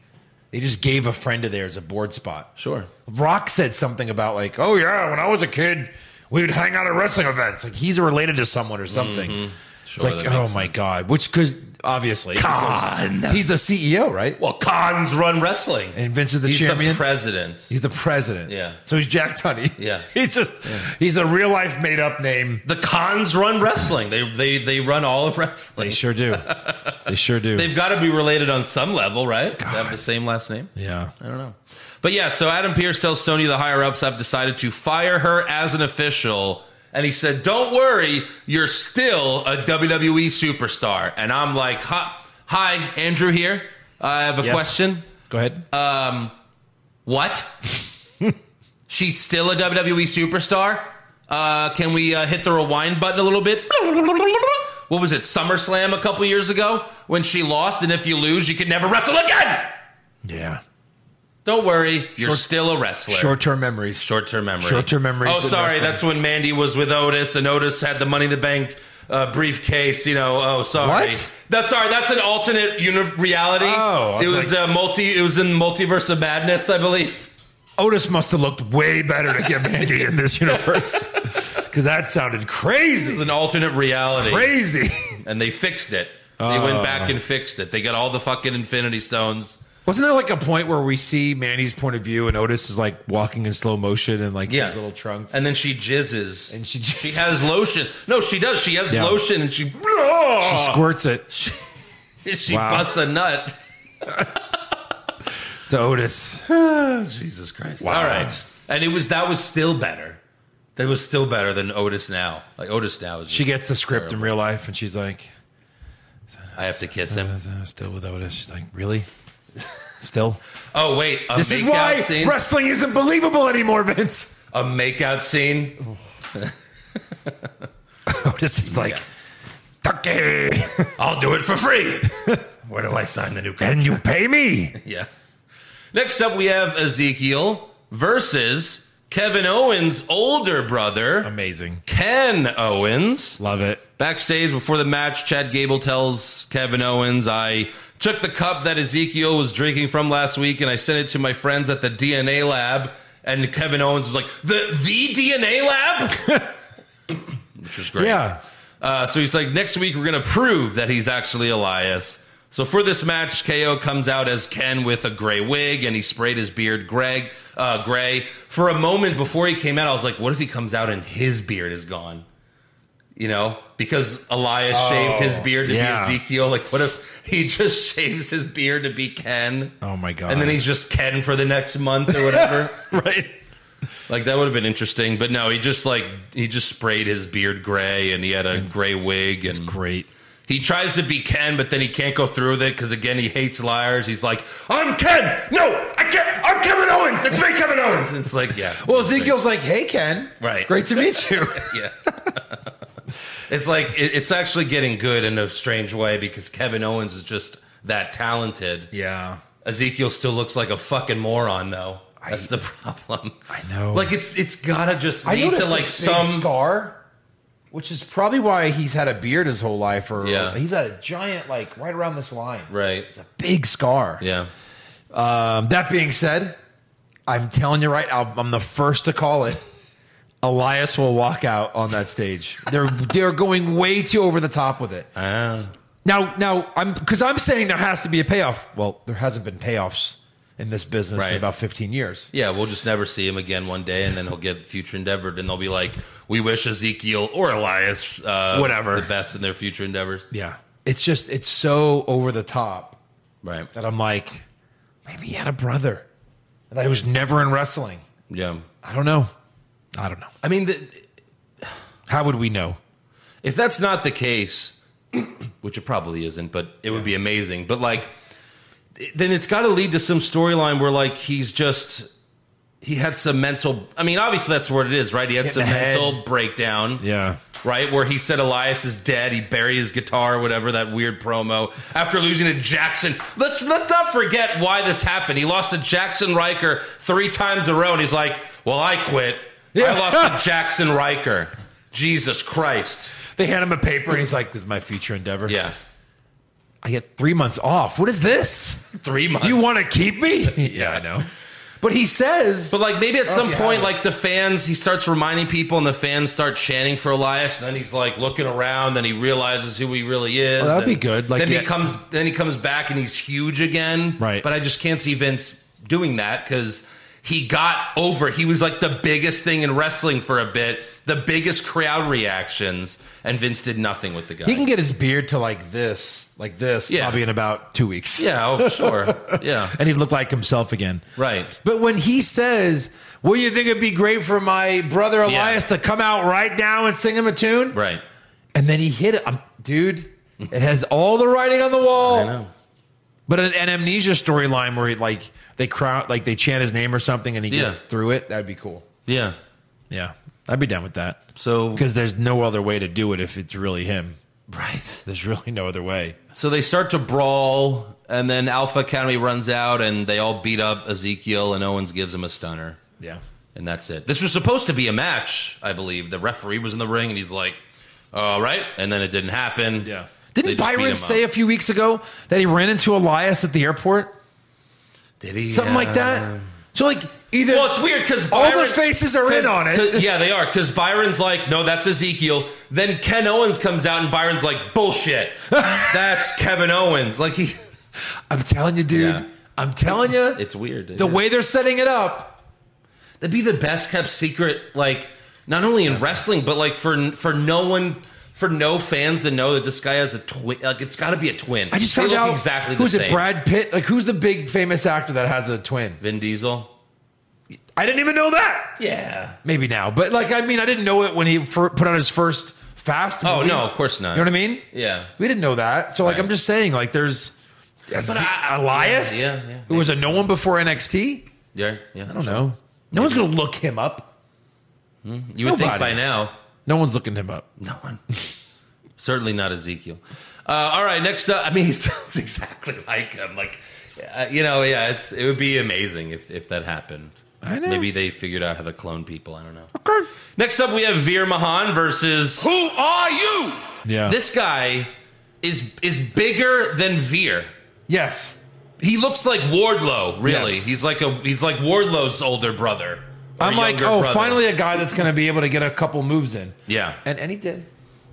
E: they just gave a friend of theirs a board spot.
D: Sure.
E: Rock said something about like, oh yeah, when I was a kid, we would hang out at wrestling events. Like he's related to someone or something.
D: Mm-hmm. Sure,
E: it's
D: that
E: like,
D: makes
E: oh my god, which because obviously
D: Khan.
E: he's the CEO, right?
D: Well, Khan's run wrestling.
E: And Vince is the
D: He's
E: champion.
D: the president.
E: He's the president.
D: Yeah.
E: So he's Jack Tunney.
D: Yeah.
E: He's just he's a real life made up name.
D: The Khans run wrestling. They they they run all of wrestling.
E: They sure do. they sure do.
D: They've got to be related on some level, right? They have the same last name.
E: yeah.
D: I don't know. But yeah, so Adam Pierce tells Sony the higher ups have decided to fire her as an official. And he said, Don't worry, you're still a WWE superstar. And I'm like, "Hi- Hi, Andrew here. I have a
E: Yes.
D: question.
E: Go ahead.
D: What? She's still a WWE superstar? Uh, can we uh, hit the rewind button a little bit? What was it, SummerSlam a couple years ago when she lost? And if you lose, you can never wrestle again.
E: yeah.
D: Don't worry, you're
E: Short-
D: still a wrestler.
E: Short term memories.
D: Short term memory.
E: Short-term memories
D: Oh,
E: in
D: sorry.
E: wrestling.
D: That's when Mandy was with Otis, and Otis had the Money in the Bank uh, briefcase. You know. Oh, sorry.
E: What?
D: That's sorry. That's an alternate uni- reality.
E: Oh, I was
D: it was uh, multi. It was in Multiverse of Madness, I believe.
E: Otis must have looked way better to get Mandy in this universe. Because that sounded
D: It was
E: crazy.
D: an alternate reality,
E: Crazy.
D: and they fixed it. They went
E: Oh.
D: back and fixed it. They got all the fucking Infinity Stones.
E: Wasn't there like a point where we see Mandy's point of view and Otis is like walking in slow motion and like
D: Yeah,
E: his little trunks?
D: and then she jizzes,
E: And she
D: she
E: jizzes.
D: has lotion. No, she does. She has
E: Yeah.
D: lotion, and she
E: she squirts it
D: she
E: Wow.
D: busts a nut.
E: to Otis.
D: Jesus Christ.
E: Wow.
D: All right. And it was that was still better. That was still better than Otis now. Like Otis now is
E: She
D: just,
E: gets the script in real life and she's like, "Uh,
D: I have to kiss him.
E: still with Otis. She's like, really? Still?
D: Oh wait, a
E: This is
D: makeout
E: why
D: scene.
E: wrestling isn't believable anymore, Vince.
D: a makeout scene.
E: Otis is like,
D: Yeah.
E: Ducky,
D: I'll do it for free. Where do I sign the new contract?
E: and you pay me.
D: Yeah. Next up we have Ezekiel versus Kevin Owens' older brother,
E: Amazing.
D: Ken Owens.
E: Love it.
D: Backstage before the match, Chad Gable tells Kevin Owens, I took the cup that Ezekiel was drinking from last week and I sent it to my friends at the DNA lab. And Kevin Owens was like, The the DNA lab? Which is great.
E: Yeah.
D: Uh, so he's like, next week we're gonna prove that he's actually Elias. So for this match, KO comes out as Ken with a gray wig, and he sprayed his beard Greg uh, gray. For a moment before he came out, I was like, what if he comes out and his beard is gone? You know, because Elias shaved his beard to
E: Oh, yeah.
D: be Ezekiel. Like, what if he just shaves his beard to be Ken?
E: Oh my God.
D: And then he's just Ken for the next month or whatever.
E: right.
D: Like that would have been interesting, but no, he just like he just sprayed his beard gray and he had a gray wig and
E: Great.
D: he tries to be Ken, but then he can't go through with it because again he hates liars. He's like, I'm Ken! No, I can't I'm Kevin Owens! It's me, Kevin Owens. And it's like, yeah.
E: Well, Ezekiel's like, hey, Ken.
D: Right.
E: Great to meet you.
D: yeah. it's like it, it's actually getting good in a strange way because Kevin Owens is just that talented.
E: yeah.
D: Ezekiel still looks like a fucking moron though.
E: I-
D: That's the problem.
E: I know.
D: Like it's it's gotta just
E: I
D: lead
E: noticed
D: to like
E: this big
D: some
E: scar, which is probably why he's had a beard his whole life, or
D: Yeah.
E: he's had a giant like right around this line,
D: Right.
E: big scar.
D: Yeah.
E: Um, that being said, I'm telling you right, I'll, I'm the first to call it. Elias will walk out on that stage. They're they're going way too over the top with it. Ah. Now, now I'm because I'm saying there has to be a payoff. Well, there hasn't been payoffs in this business
D: Right.
E: in about 15 years.
D: Yeah, we'll just never see him again one day, and then he'll get future endeavored, and they'll be like, "We wish Ezekiel or Elias, uh,
E: Whatever.
D: the best in their future endeavors."
E: Yeah, it's just it's so over the top
D: Right?
E: that I'm like, maybe he had a brother that he was never in wrestling.
D: Yeah.
E: I don't know. I don't know.
D: I mean, the,
E: How would we know?
D: if that's not the case, which it probably isn't, but it would be amazing. But like, then it's got to lead to some storyline where like he's just he had some mental. I mean, obviously that's what it is, right? He had
E: Getting
D: some
E: ahead.
D: mental breakdown.
E: Yeah.
D: right? Where he said Elias is dead. He buried his guitar, or whatever that weird promo after losing to Jackson. Let's let's not forget why this happened. He lost to Jackson Riker three times in a row, and he's like, "Well, I quit. I
E: Yeah.
D: lost to Jackson Riker. Jesus Christ!
E: They hand him a paper and he's like, "This is my future endeavor."
D: Yeah,
E: I get three months off. What is this?
D: three months.
E: You want to keep me? yeah, I know.
D: But
E: But he says,
D: But like maybe at some
E: yeah.
D: point, like the fans, he starts reminding people, and the fans start chanting for Elias. And then he's like looking around, then he realizes who he really is.
E: Oh, that'd be
D: and
E: good, like,
D: then
E: yeah.
D: he comes, then he comes back, and he's huge again.
E: Right.
D: But I just can't see Vince doing that because he got over. He was like the biggest thing in wrestling for a bit, the biggest crowd reactions, and Vince did nothing with the guy.
E: he can get his beard to like this, like this,
D: Yeah.
E: probably in about two weeks.
D: yeah, oh sure, yeah,
E: And he'd look like himself again.
D: Right.
E: But when he says, Wouldn't you think it'd be great for my brother Elias to come out right now and sing him a tune?
D: right.
E: And then he hit it. I'm, dude, it has all the writing on the wall.
D: I know.
E: But an, an amnesia storyline where he, like they crowd like they chant his name or something and he
D: Yeah.
E: gets through it, that'd be cool.
D: Yeah.
E: Yeah. I'd be down with that.
D: So
E: Because there's no other way to do it if it's really him.
D: right.
E: There's really no other way.
D: So they start to brawl, and then Alpha Academy runs out, and they all beat up Ezekiel, and Owens gives him a stunner,
E: Yeah.
D: and that's it. This was supposed to be a match, I believe. The referee was in the ring, and he's like, "All right," and then it didn't happen.
E: Yeah.
D: They
E: Didn't
D: just beat him
E: Byron say a
D: up.
E: few weeks ago that he ran into Elias at the airport?
D: Did he
E: Something like that? So like either
D: Well, it's weird because
E: All their faces are in on it.
D: yeah, they are. Because Byron's like, "No, that's Ezekiel." Then Ken Owens comes out, and Byron's like, "Bullshit, that's Kevin Owens." Like he,
E: I'm telling you, dude.
D: Yeah.
E: I'm telling you.
D: it's weird.
E: the
D: Yeah.
E: way they're setting it up.
D: That'd be the best kept secret, like not only in wrestling, but like for for no one, for no fans to know that this guy has a twin. Like it's got to be a twin.
E: I just
D: They
E: found
D: look
E: out
D: exactly
E: who's
D: the
E: it,
D: same.
E: Brad Pitt? Like who's the big famous actor that has a twin?
D: Vin Diesel.
E: I didn't even know that.
D: Yeah.
E: Maybe now, but like I mean, I didn't know it when he fir- put out his first Fast.
D: Oh
E: movie.
D: no, of course not.
E: You know what I mean?
D: Yeah.
E: We didn't know that. So like
D: Right.
E: I'm just saying, like there's
D: I-
E: Elias,
D: Yeah, yeah, yeah.
E: who was a no one before NXT.
D: Yeah. Yeah.
E: I don't know. No one's gonna look him up.
D: You would think
E: Nobody.
D: by now.
E: No one's looking him up.
D: No one. Certainly not Ezekiel. Uh, all right, next up. I mean, he sounds exactly like him. Like, uh, you know, yeah, it's, it would be amazing if, if that happened.
E: I know.
D: Maybe they figured out how to clone people. I don't know.
E: Okay.
D: Next up, we have Veer Mahan versus
B: Who are you?
E: Yeah.
D: this guy is is bigger than Veer.
E: yes.
D: He looks like Wardlow. Really,
E: Yes.
D: he's like a he's like Wardlow's older brother. or
E: I'm like,
D: younger
E: oh,
D: brother.
E: finally a guy that's going to be able to get a couple moves in.
D: Yeah.
E: And, and he did.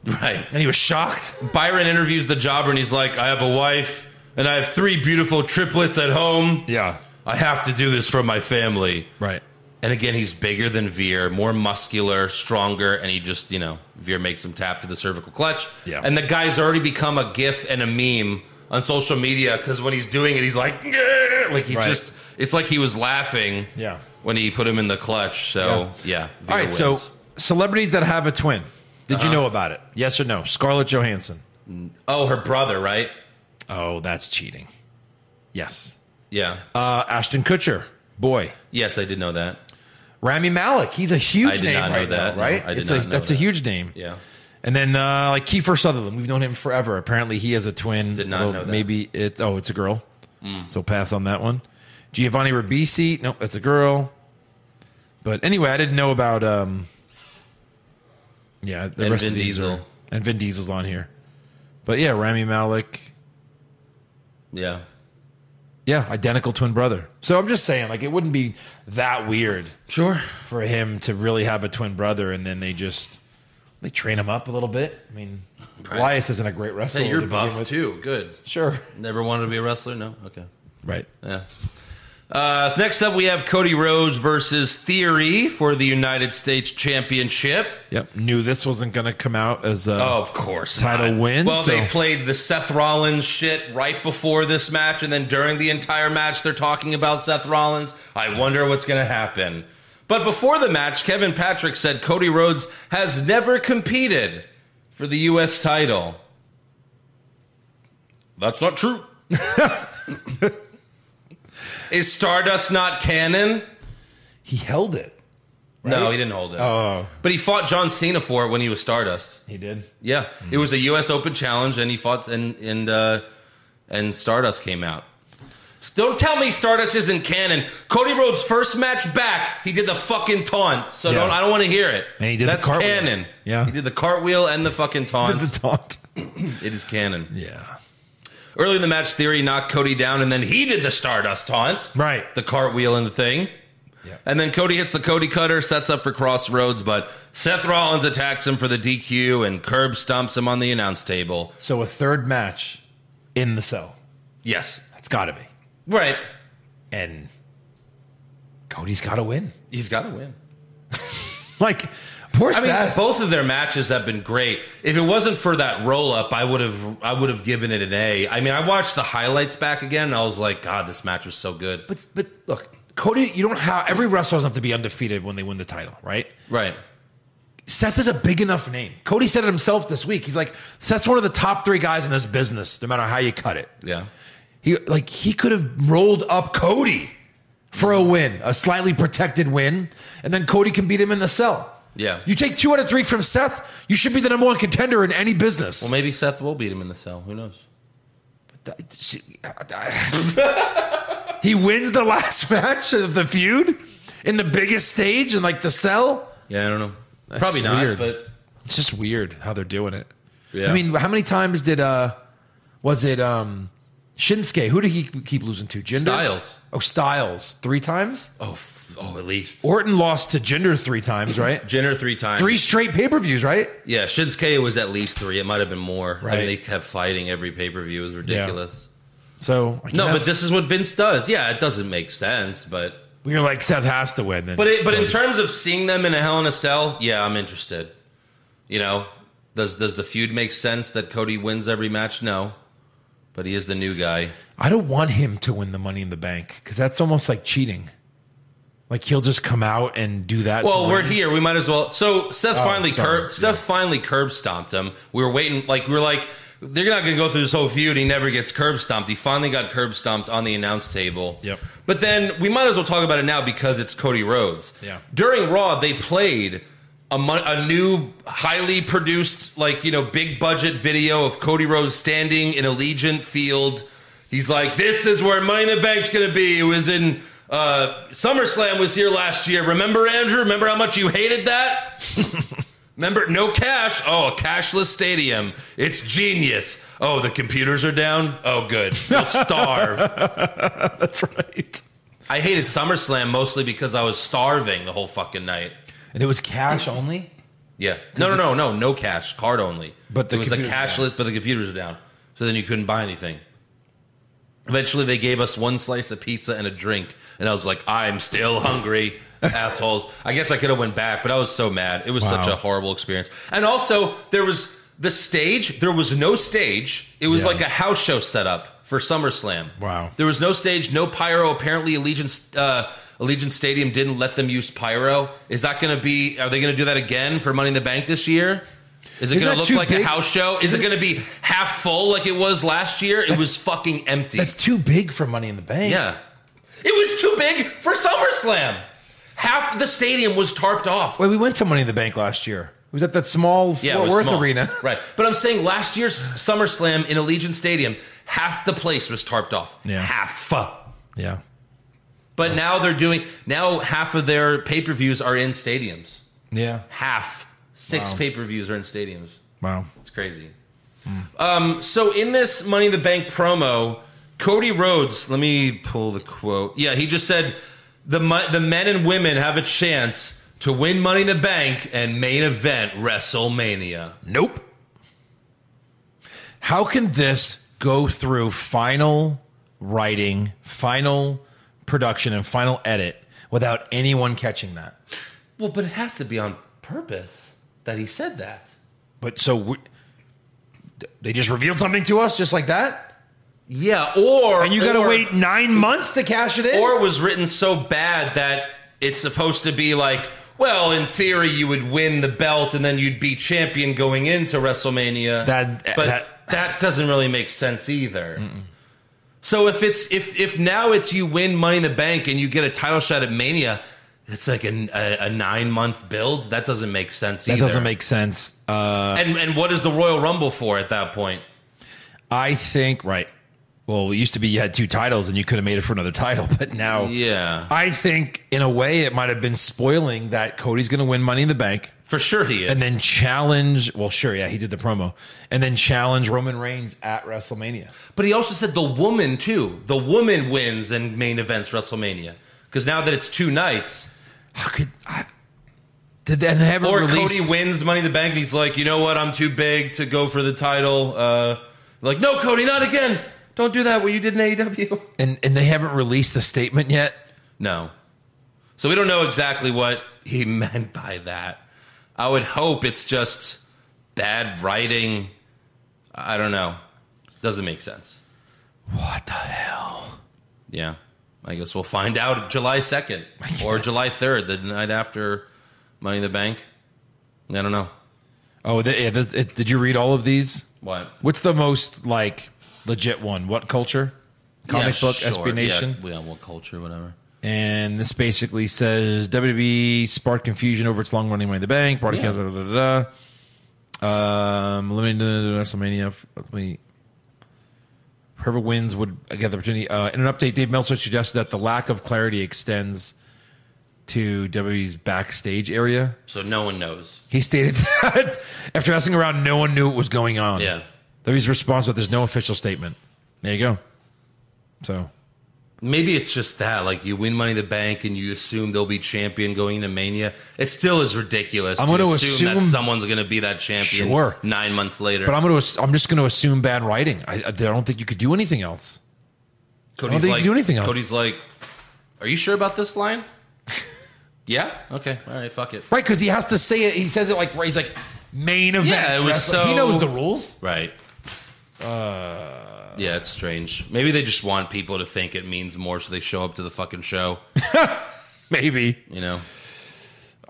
D: right.
E: And he was shocked.
D: Byron interviews the jobber and he's like, I have a wife and I have three beautiful triplets at home.
E: Yeah.
D: I have to do this for my family.
E: Right.
D: And again, he's bigger than Veer, more muscular, stronger, and he just, you know, Veer makes him tap to the cervical clutch.
E: Yeah.
D: And the guy's already become a gif and a meme on social media because when he's doing it, he's like, "Yeah," like he
E: Right.
D: just, it's like he was laughing
E: Yeah.
D: when he put him in the clutch. So, yeah.
E: All
D: Veer
E: right. So,
D: wins.
E: celebrities that have a twin. Did you know about it? Yes or no? Scarlett Johansson.
D: oh, her brother, right?
E: Oh, that's cheating. Yes.
D: Yeah.
E: Uh, Ashton Kutcher. Boy.
D: yes, I did know that.
E: Rami Malik. He's a huge
D: I did
E: name
D: not know
E: right
D: that.
E: now,
D: No,
E: right?
D: I did
E: it's
D: not
E: a,
D: know
E: that's a
D: that.
E: huge name.
D: Yeah.
E: And then uh, like Kiefer Sutherland, we've known him forever. Apparently, he has a twin.
D: Did not
E: although
D: know that. Mm.
E: Maybe it. Oh, it's a girl. So pass on that one. Giovanni Ribisi. Nope, that's a girl. But anyway, I didn't know about. um Yeah, the
D: And
E: rest of
D: Vin
E: these.
D: Diesel.
E: Are, and Vin Diesel's on here. But yeah, Rami Malik.
D: Yeah.
E: Yeah, identical twin brother. So I'm just saying, like, it wouldn't be that weird
D: Sure.
E: for him to really have a twin brother, and then they just they train him up a little bit. I mean,
D: Right.
E: Elias isn't a great wrestler.
D: Hey, you're
E: to begin
D: buff
E: with.
D: too. Good.
E: Sure.
D: Never wanted to be a wrestler? No? Okay.
E: Right.
D: Yeah. Uh, so next up, we have Cody Rhodes versus Theory for the United States Championship.
E: Yep. Knew this wasn't going to come out as uh,
D: Of course.
E: Title win,
D: Well, they
E: so-
D: played the Seth Rollins shit right before this match, and then during the entire match, they're talking about Seth Rollins. I wonder what's going to happen. But before the match, Kevin Patrick said Cody Rhodes has never competed for the U.S. title. That's not true. Is Stardust not canon?
E: he held it.
D: No,
E: right?
D: he didn't hold it.
E: Oh,
D: But he fought John Cena for it when he was Stardust.
E: he did.
D: Yeah, it was a U.S. Open challenge, and he fought, and and uh, and Stardust came out. Don't tell me Stardust isn't canon. Cody Rhodes' first match back, he did the fucking taunt. So
E: Yeah.
D: don't, I don't want to hear it.
E: And he did the
D: That's
E: cartwheel.
D: canon.
E: Yeah.
D: he did the cartwheel and the fucking taunt.
E: The taunt.
D: it is canon.
E: Yeah.
D: Early in the match, Theory knocked Cody down, and then he did the Stardust taunt.
E: Right.
D: The cartwheel and the thing.
E: Yeah.
D: And then Cody hits the Cody cutter, sets up for Crossroads, but Seth Rollins attacks him for the DQ and Curb stomps him on the announce table.
E: So a third match in the cell.
D: Yes.
E: That's got to be.
D: Right.
E: And Cody's got to win.
D: He's got to win.
E: Like, poor
D: I mean,
E: Seth.
D: both of their matches have been great. If it wasn't for that roll up, I would have I would have given it an A. I mean, I watched the highlights back again and I was like, God, this match was so good.
E: but but look, Cody, you don't have every wrestler doesn't have to be undefeated when they win the title, right?
D: Right.
E: Seth is a big enough name. Cody said it himself this week. He's like, Seth's one of the top three guys in this business, no matter how you cut it.
D: Yeah.
E: He like he could have rolled up Cody for a win, a slightly protected win, and then Cody can beat him in the cell.
D: Yeah.
E: You take two out of three from Seth, you should be the number one contender in any business.
D: Well, maybe Seth will beat him in the cell. Who knows?
E: That- she- he wins the last match of the feud in the biggest stage in like the cell.
D: Yeah, I don't know. Probably not,
E: weird.
D: but
E: It's just weird how they're doing it.
D: Yeah.
E: I mean, how many times did uh was it um Shinsuke? Who did he keep losing to? Jinder?
D: Styles.
E: Oh, Styles. Three times?
D: Oh, f- oh, at least
E: Orton lost to Jinder three times, right?
D: Jenner three times.
E: three straight pay-per-views, right?
D: Yeah, Shinsuke was at least three. It might have been more. I
E: Right.
D: mean, they kept fighting every pay per view. It was ridiculous.
E: So I
D: No,
E: guess
D: but this is what Vince does. Yeah, it doesn't make sense, but
E: we were like Seth has to win then.
D: but it, but in terms of seeing them in a Hell in a Cell, yeah, I'm interested. You know, does does the feud make sense that Cody wins every match? No, but he is the new guy.
E: I don't want him to win the money in the bank because that's almost like cheating. Like he'll just come out and do that.
D: Well,
E: to
D: we're
E: win.
D: here. We might as well. So Seth
E: Oh,
D: finally
E: sorry.
D: curb. Seth finally curb stomped him. We were waiting. Like we were like, they're not going to go through this whole feud. He never gets curb stomped. He finally got curb stomped on the announce table.
E: Yep.
D: But then we might as well talk about it now because it's Cody Rhodes.
E: Yeah.
D: During Raw, they played. A, mon- a new highly produced like you know big budget video of cody rhodes standing in allegiant field He's like, this is where Money in the Bank's going to be. It was in uh, SummerSlam was here last year. Remember, Andrew? Remember how much you hated that? Remember, no cash. Oh, a cashless stadium. It's genius. Oh, the computers are down. Oh, good. You'll starve.
E: That's right.
D: I hated SummerSlam mostly because I was starving the whole fucking night.
E: And it was cash only.
D: Yeah. No, no, no, no, no cash. Card only.
E: But the
D: it was a
E: computers are
D: cashless, but the computers are down, so then you couldn't buy anything. Eventually, they gave us one slice of pizza and a drink, and I was like, "I'm still hungry, assholes." I guess I could have went back, but I was so mad. It was such
E: Wow.
D: a horrible experience. And also, there was the stage. There was no stage. It was
E: Yeah.
D: like a house show setup for SummerSlam.
E: Wow.
D: There was no stage, no pyro. Apparently, Allegiant uh, Allegiant Stadium didn't let them use pyro. Is that going to be? Are they going to do that again for Money in the Bank this year? Is it
E: Isn't
D: going
E: that
D: to look
E: too
D: like a
E: big?
D: house show? Is it going to be half full like it was last year? It was fucking empty.
E: That's too big for Money in the Bank.
D: yeah, it was too big for SummerSlam. Half the stadium was tarped off.
E: Well, we went to Money in the Bank last year. It was at that small
D: Yeah, it
E: Fort
D: was
E: Worth
D: small.
E: arena.
D: Right. But I'm saying last year's SummerSlam in Allegiant Stadium, half the place was tarped off.
E: Yeah.
D: Half.
E: Yeah.
D: But now they're doing now half of their pay per views are in stadiums.
E: Yeah.
D: Half six
E: Wow.
D: pay per views are in stadiums.
E: Wow.
D: It's crazy. Um, so in this Money in the Bank promo, Cody Rhodes. Let me pull the quote. Yeah, he just said the mo- the men and women have a chance to win Money in the Bank and main event WrestleMania.
E: Nope. How can this go through final writing, final production, and final edit without anyone catching that?
D: Well, but it has to be on purpose that he said that.
E: But so we, they just revealed something to us just like that?
D: Yeah, or
E: And you got to
D: or-
E: wait nine months to cash it in?
D: or it was written so bad that it's supposed to be like, well, in theory, you would win the belt and then you'd be champion going into WrestleMania.
E: That-
D: but that,
E: that-
D: doesn't really make sense either. So if it's if if now it's you win Money in the Bank and you get a title shot at Mania, it's like an, a, a nine month build. That doesn't make sense
E: that
D: either.
E: doesn't make sense.
D: and and what is the Royal Rumble for at that point?
E: I think, right. Well, it used to be you had two titles and you could have made it for another title, but now.
D: Yeah,
E: I think, in a way, it might have been spoiling that Cody's going to win Money in the Bank.
D: for sure he is.
E: and then challenge. Well, sure, yeah, he did the promo, and then challenge Roman Reigns at WrestleMania.
D: But he also said the woman too. The woman wins and main events WrestleMania Because now that it's two nights,
E: How could I, did they they haven't
D: or
E: released?
D: Cody wins Money in the Bank, and he's like, you know what? I'm too big to go for the title. Uh, like, no, Cody, not again. Don't do that. What you did in E AEW.
E: and and they haven't released a statement yet.
D: No. So we don't know exactly what he meant by that. I would hope it's just bad writing. I don't know. Doesn't make sense.
E: What the hell?
D: Yeah. I guess we'll find out July 2nd or July 3rd, the night after Money in the Bank. I don't know.
E: Oh, th- yeah, this, it, did you read all of these?
D: What?
E: What's the most like legit one? What culture? Comic
D: Yeah,
E: book
D: sure.
E: SB Nation.
D: Yeah, yeah, what culture, whatever.
E: And this basically says WWE sparked confusion over its long running Money in the Bank, brought
D: Yeah.
E: accounts, blah, blah, blah, blah. Um, eliminated WrestleMania. Wait. Whoever wins would get the opportunity. Uh, in an update, Dave Meltzer suggested that the lack of clarity extends to WWE's backstage area.
D: So no one knows.
E: He stated that after asking around, no one knew what was going on.
D: Yeah.
E: WWE's response was there's no official statement. There you go. So
D: Maybe it's just that, like you win Money in the Bank and you assume they'll be champion going into Mania. It still is ridiculous
E: I'm
D: to
E: gonna
D: assume, that
E: assume-
D: someone's going to be that champion
E: Sure.
D: nine months later.
E: But I'm going to. I'm just going to assume bad writing. I, I don't think you could do anything else.
D: Cody's
E: think you
D: like,
E: can do anything else.
D: Cody's like, "Are you sure about this line?" yeah. Okay. All right. Fuck it.
E: Right? Because he has to say it. He says it like right. He's like main event.
D: Yeah, it was
E: wrestling."
D: so-
E: He knows the rules.
D: Right. Uh, yeah, it's strange. Maybe they just want people to think it means more, so they show up to the fucking show.
E: Maybe
D: You know.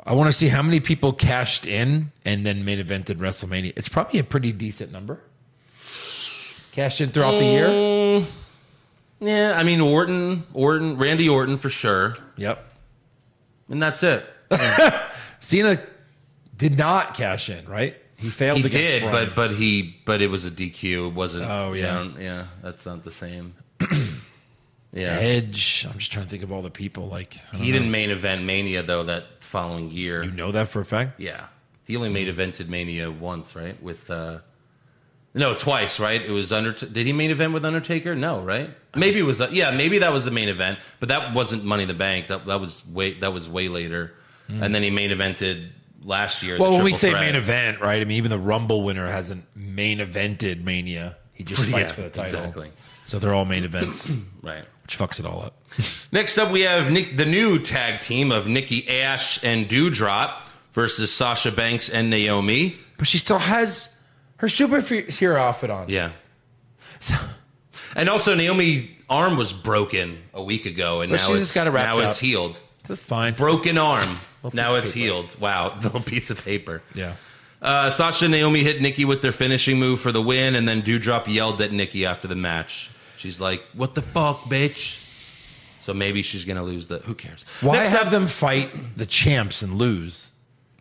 E: I want to see how many people cashed in and then main evented WrestleMania. It's probably a pretty decent number. Cashed in throughout the year.
D: Mm, yeah. I mean, Orton, Orton, Randy Orton for sure,
E: Yep.
D: and that's it.
E: Cena did not cash in. Right? He failed.
D: He
E: against
D: did,
E: Bryan.
D: but but he but it was a DQ. It wasn't.
E: Oh,
D: you
E: yeah.
D: know, yeah. That's not the same. yeah.
E: Edge. I'm just trying to think of all the people. Like I don't
D: He didn't main event Mania though that following year.
E: know. You know that for a fact.
D: Yeah. He only made evented Mania once, right? With uh no, twice, right? It was under. Did he main event with Undertaker? No, right? Maybe it was. uh, yeah, maybe that was the main event, but that wasn't Money in the Bank. That that was way that was way later. And then he main evented last year. the
E: Mm. Well, when we
D: Triple
E: say
D: Threat.
E: main event, right? I mean, even the Rumble winner hasn't main evented Mania. He just fights
D: Yeah,
E: for the title.
D: exactly.
E: So they're all main events,
D: right?
E: which fucks it all up.
D: Next up, we have Nick, the new tag team of Nikki Ash and Dewdrop versus Sasha Banks and Naomi.
E: But she still has her superhero outfit on.
D: Yeah. and also, Naomi's arm was broken a week ago, and
E: But
D: now
E: she's
D: it's
E: just got it wrapped
D: now it's
E: up.
D: healed.
E: That's fine.
D: Broken arm.
E: piece
D: now
E: of
D: it's
E: paper.
D: healed. Wow, little piece of paper.
E: Yeah.
D: Uh, Sasha and Naomi hit Nikki with their finishing move for the win, and then Dewdrop yelled at Nikki after the match. She's like, "What the fuck, bitch." So maybe she's gonna lose the. Who cares?
E: Why
D: Next
E: have
D: up,
E: them fight the champs and lose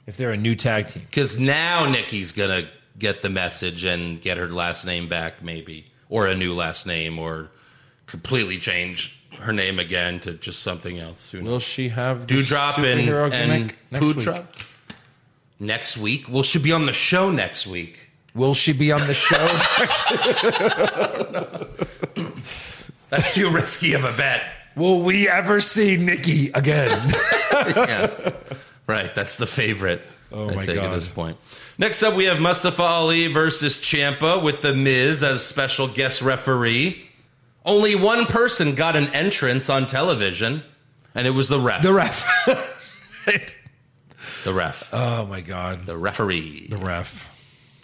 E: if they're a new tag team?
D: Because now Nikki's gonna get the message and get her last name back, maybe, or a new last name, or completely change her name again to just something else. Who knows?
E: she have
D: Dewdrop and, and Poodrop next week. Well, she'll be on the show next week.
E: Will she be on the show?
D: That's too risky of a bet.
E: Will we ever see Nikki again?
D: Yeah. Right, that's the favorite.
E: Oh
D: I
E: my
D: think, At
E: God.
D: this point. Next up, we have Mustafa Ali versus Champa with the Miz as special guest referee. Only one person got an entrance on television, and it was the ref.
E: the ref.
D: The ref.
E: oh my god.
D: the referee.
E: The ref.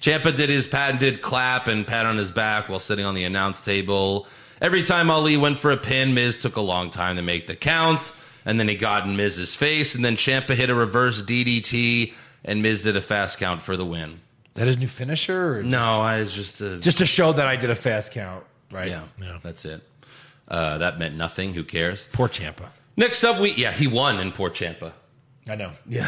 D: Champa did his patented clap and pat on his back while sitting on the announce table. Every time Ali went for a pin, Miz took a long time to make the count, and then he got in Miz's face, and then Champa hit a reverse DDT, and Miz did a fast count for the win.
E: That his new finisher? Or
D: No, I was just a,
E: just to show that I did a fast count, right?
D: yeah, that's it. Uh, that meant nothing. Who cares?
E: Poor Champa.
D: Next up, we yeah, he won in poor Champa.
E: I know. Yeah.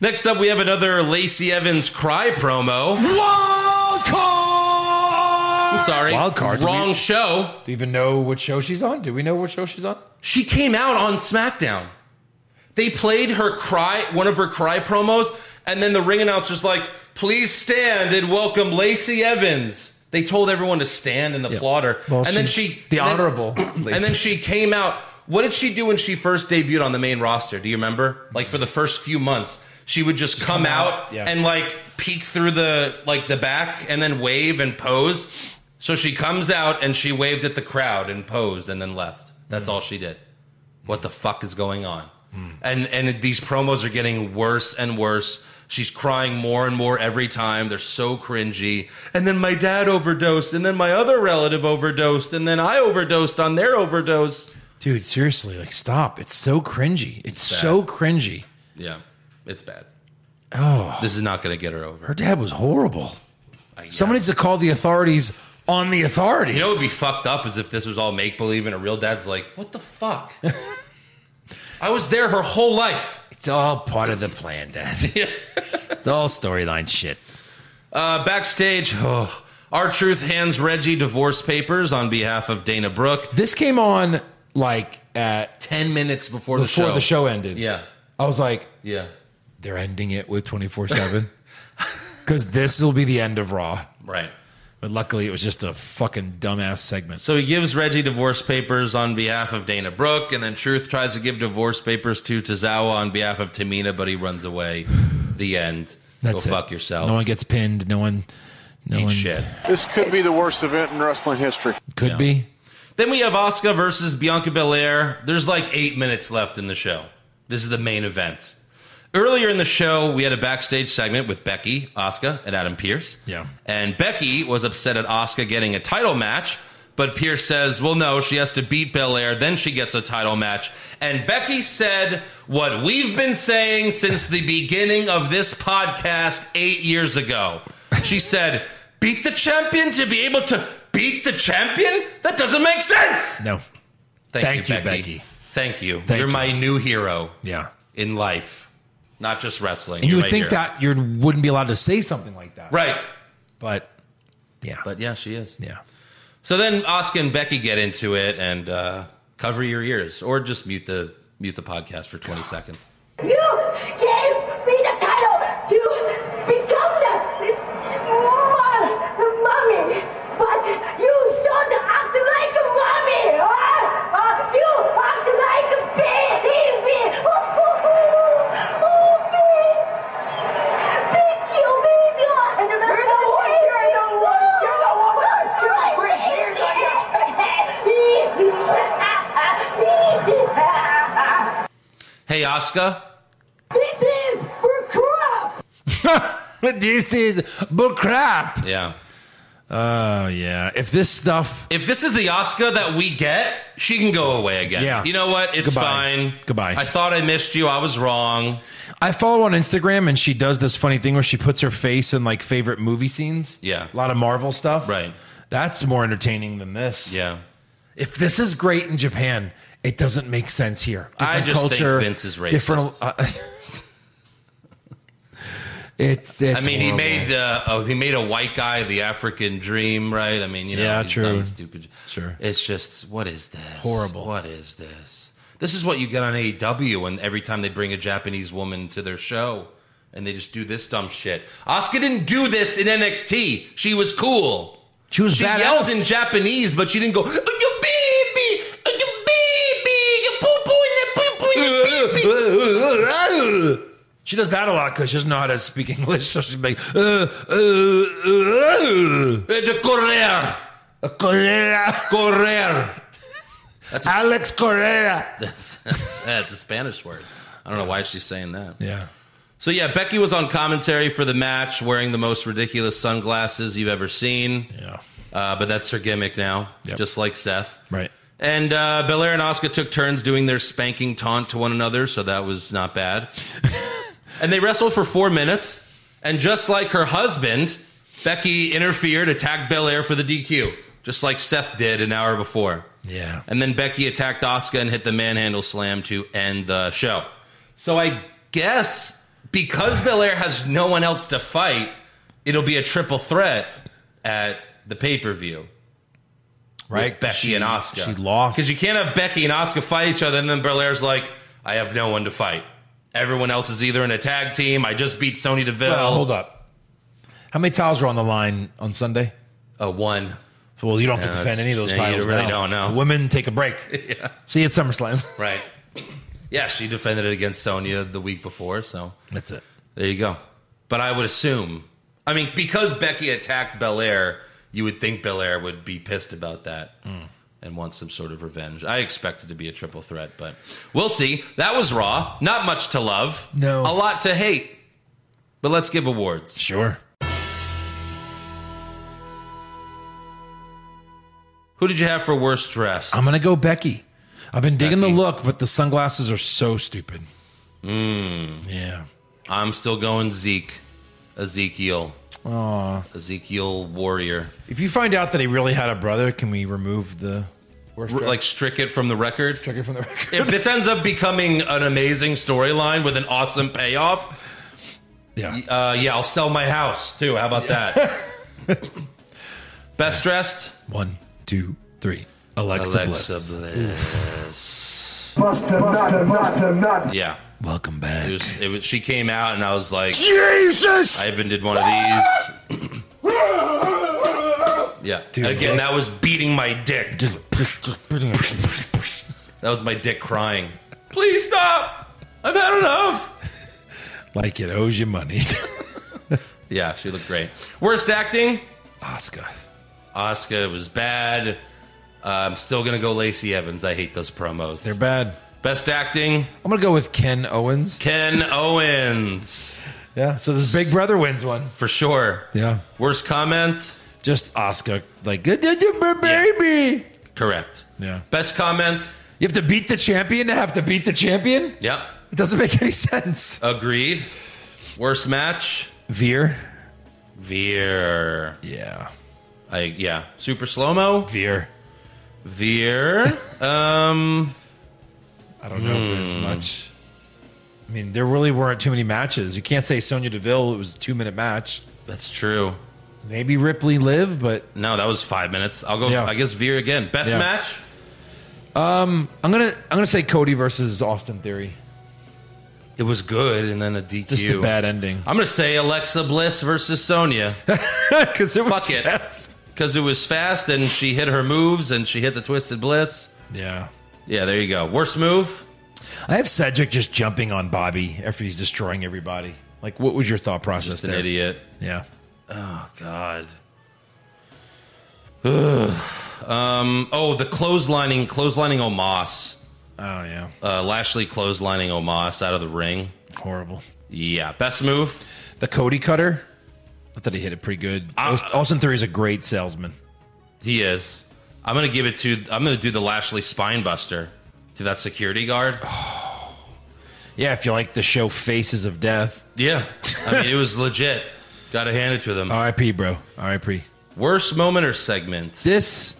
D: Next up, we have another Lacey Evans cry promo.
B: Wild card!
D: I'm sorry,
E: Wild card. Did
D: wrong
E: we-
D: show.
E: Do you even know what show she's on? Do we know what show she's on?
D: She came out on SmackDown. They played her cry, one of her cry promos, and then the ring announcer's like, please stand and welcome Lacey Evans. They told everyone to stand and applaud her.
E: Well,
D: and then
E: she's
D: she
E: the
D: and then-
E: honorable
D: And
E: Lacey.
D: then she came out What did she do when she first debuted on the main roster? Do you remember? Like for the first few months, she would just come out
E: yeah.
D: and like peek through the like the back and then wave and pose. So she comes out and she waved at the crowd and posed and then left. That's all she did. What the fuck is going on? And and these promos are getting worse and worse. She's crying more and more every time. They're so cringy. And then my dad overdosed, and then my other relative overdosed, and then I overdosed on their overdose.
E: Dude, seriously, like stop. It's so cringy. It's
D: bad.
E: so cringy.
D: Yeah, it's bad. Oh, this is not going to get her over.
E: Her dad was horrible.
D: I guess.
E: Someone needs to call the authorities on the authorities.
D: you know, what would be fucked up is if this was all make believe, and a real dad's like, "What the fuck? I was there her whole life."
G: It's all part of the plan, Dad. it's all storyline shit.
D: Uh, backstage, oh, our truth hands Reggie divorce papers on behalf of Dana Brooke
E: this came on like at
D: ten minutes before, the
E: before
D: show.
E: the show ended.
D: Yeah,
E: I was like,
D: yeah,
E: they're ending it with 24 7 because this will be the end of Raw.
D: right.
E: But luckily, it was just a fucking dumbass segment.
D: So he gives Reggie divorce papers on behalf of Dana Brooke, and then Truth tries to give divorce papers to Tozawa on behalf of Tamina, but he runs away. The end.
E: That's
D: Go
E: it.
D: fuck yourself.
E: No one gets pinned. No one. No
D: Eat
E: one
D: shit.
H: This could be the worst event in wrestling history.
E: could be.
D: Then we have Asuka versus Bianca Belair. There's like eight minutes left in the show. This is the main event. Earlier in the show, we had a backstage segment with Becky, Asuka, and Adam Pierce.
E: Yeah.
D: And Becky was upset at Asuka getting a title match, but Pierce says, well, no, she has to beat Belair, then she gets a title match. And Becky said what we've been saying since the beginning of this podcast eight years ago. She said, beat the champion to be able to beat the champion? That doesn't make sense.
E: No.
D: Thank,
E: Thank
D: you,
E: you,
D: Becky.
E: Becky.
D: Thank you.
E: Thank
D: You're
E: you.
D: my new hero
E: Yeah.
D: in life, not just wrestling.
E: And you
D: You're
E: would
D: my
E: think
D: hero.
E: that you wouldn't be allowed to say something like that.
D: Right.
E: But yeah.
D: But yeah, she is.
E: yeah.
D: So then Oscar and Becky get into it and uh, cover your ears or just mute the mute the podcast for 20 seconds.
I: You gave me the title to become the the mommy, but you don't act like a mommy. Huh? Uh, you act like a baby. Oh, baby. Thank you, baby. I don't know. You're the one. You're the one. You're the one with the stupid green ears on your face.
D: Hey, Oscar.
I: This is for crap.
E: this is bull crap.
D: Yeah.
E: Oh yeah. If this stuff.
D: If this is the Oscar that we get, she can go away again.
E: Yeah.
D: You know what? It's
E: Goodbye.
D: fine.
E: Goodbye.
D: I thought I missed you. I was wrong.
E: I follow on Instagram and she does this funny thing where she puts her face in like favorite movie scenes.
D: Yeah.
E: A lot of Marvel stuff.
D: Right.
E: That's more entertaining than this.
D: Yeah.
E: If this is great in Japan, it doesn't make sense here.
D: I just think Vince is racist.
E: Different. Uh, it's, it's.
D: I mean, he
E: horrible.
D: made uh, oh, he made a white guy the African dream, right? I mean, you know,
E: Yeah,
D: he's
E: true.
D: done stupid.
E: Sure.
D: It's just what is this?
E: Horrible.
D: What is this? This is what you get on AEW, and every time they bring a Japanese woman to their show, and they just do this dumb shit. Asuka didn't do this in NXT. She was cool.
E: She was
D: She
E: badass.
D: yelled in Japanese, but she didn't go. Oh, you baby, oh, you baby, you poo poo in the poo poo in the baby.
E: She does that a lot because she doesn't know how to speak English, so she's like, uh, uh,
D: Eh, the Correa,
E: uh, Correa,
D: Correa. That's a
E: Alex Correa.
D: That's that's a Spanish word. I don't know why she's saying that.
E: Yeah,
D: So yeah, Becky was on commentary for the match, wearing the most ridiculous sunglasses you've ever seen.
E: yeah,
D: Uh, but that's her gimmick now,
E: Yep.
D: just like Seth.
E: right.
D: And uh, Belair and Oscar took turns doing their spanking taunt to one another, so that was not bad. and they wrestled for four minutes, and just like her husband, Becky interfered, attacked Belair for the DQ, just like Seth did an hour before.
E: Yeah.
D: And then Becky attacked Oscar and hit the manhandle slam to end the show. So I guess because Belair has no one else to fight, it'll be a triple threat at the pay per view
E: Right,
D: with Becky
E: She-
D: and Oscar.
E: She lost.
D: because you can't have Becky and Oscar fight each other, and then Belair's like, "I have no one to fight. Everyone else is either in a tag team. I just beat Sony Deville.
E: Well, hold up. How many towels were on the line on Sunday?
D: A one.
E: Well, you don't have to
D: Yeah, that's-
E: defend any of those
D: yeah, you
E: titles.
D: really
E: now.
D: don't, no.
E: The women take a break. See you at SummerSlam.
D: Right. Yeah, she defended it against Sonya the week before, so
E: That's it.
D: there you go. But I would assume, I mean, because Becky attacked Belair, you would think Belair would be pissed about that
E: Hmm.
D: and want some sort of revenge. I expect it to be a triple threat, but we'll see. That was Raw. Not much to love.
E: No.
D: A lot to hate. But let's give awards.
E: Sure.
D: Who did you have for worst dressed?
E: I'm gonna go Becky. I've been digging
D: Becky.
E: the look, but the sunglasses are so stupid. Yeah.
D: I'm still going Zeke. Ezekiel. Ezekiel Warrior.
E: If you find out that he really had a brother, can we remove the worst
D: R- like strick it from the record.
E: check it from the record?
D: If this ends up becoming an amazing storyline with an awesome payoff,
E: yeah.
D: uh, yeah, I'll sell my house too. How about that? Best dressed,
E: One, two, three. Alexa, Bliss.
D: Alexa Bliss.
F: Buster, buster, buster, nut.
D: Yeah,
E: Welcome back.
D: it was, it was. She came out and I was like,
F: Jesus!
D: I even did one of these. yeah,
E: Dude,
D: again,
E: Blake-
D: that was beating my dick.
E: just push, just push, push, push.
D: That was my dick crying. Please stop. I've had enough.
E: like it owes you money.
D: Yeah, she looked great. Worst acting?
E: Oscar.
D: Oscar was bad. Uh, I'm still gonna go Lacey Evans. I hate those promos.
E: They're bad.
D: Best acting:
E: I'm gonna go with Ken Owens.
D: Ken Owens
E: Yeah. So this Big Brother wins one.
D: for sure.
E: Yeah.
D: Worst comment:
E: Just Oscar, like "Good, good, good, my baby.
D: Correct.
E: Yeah.
D: Best comment:
E: You have to beat the champion to have to beat the champion.
D: Yep.
E: It doesn't make any sense.
D: Agreed. Worst match:
E: Veer.
D: Veer.
E: Yeah.
D: I yeah. Super slow mo.
E: Veer.
D: Veer. um.
E: I don't know if
D: Hmm.
E: there's much. I mean, there really weren't too many matches. You can't say Sonya Deville. It was a two minute match.
D: That's true.
E: Maybe Ripley live, but
D: No, that was five minutes. I'll go.
E: Yeah.
D: I guess Veer again. Best
E: Yeah.
D: match.
E: I'm gonna I'm gonna say Cody versus Austin Theory.
D: It was good, and then a DQ.
E: Just a bad ending.
D: I'm gonna say Alexa Bliss versus Sonya.
E: Because it was
D: Fuck it. Because it was fast and she hit her moves and she hit the Twisted Bliss.
E: Yeah.
D: Yeah, there you go. Worst move?
E: I have Cedric just jumping on Bobby after he's destroying everybody. Like, what was your thought process?
D: Just an
E: there?
D: idiot.
E: Yeah.
D: Oh, God. Ugh. Um, oh, the clotheslining, clotheslining Omos.
E: Oh yeah.
D: Uh, Lashley clotheslining Omos out of the ring.
E: Horrible.
D: Yeah, best move?
E: The Cody cutter. I thought he hit it pretty good.
D: Ah.
E: Aust- Austin Theory is a great salesman.
D: He is. I'm going to give it to, I'm going to do the Lashley spine buster to that security guard.
E: Yeah, if you like the show Faces of Death.
D: Yeah. I mean, it was legit. Got to hand it to them.
E: R.I.P. Bro. R.I.P.
D: Worst moment or segment?
E: This.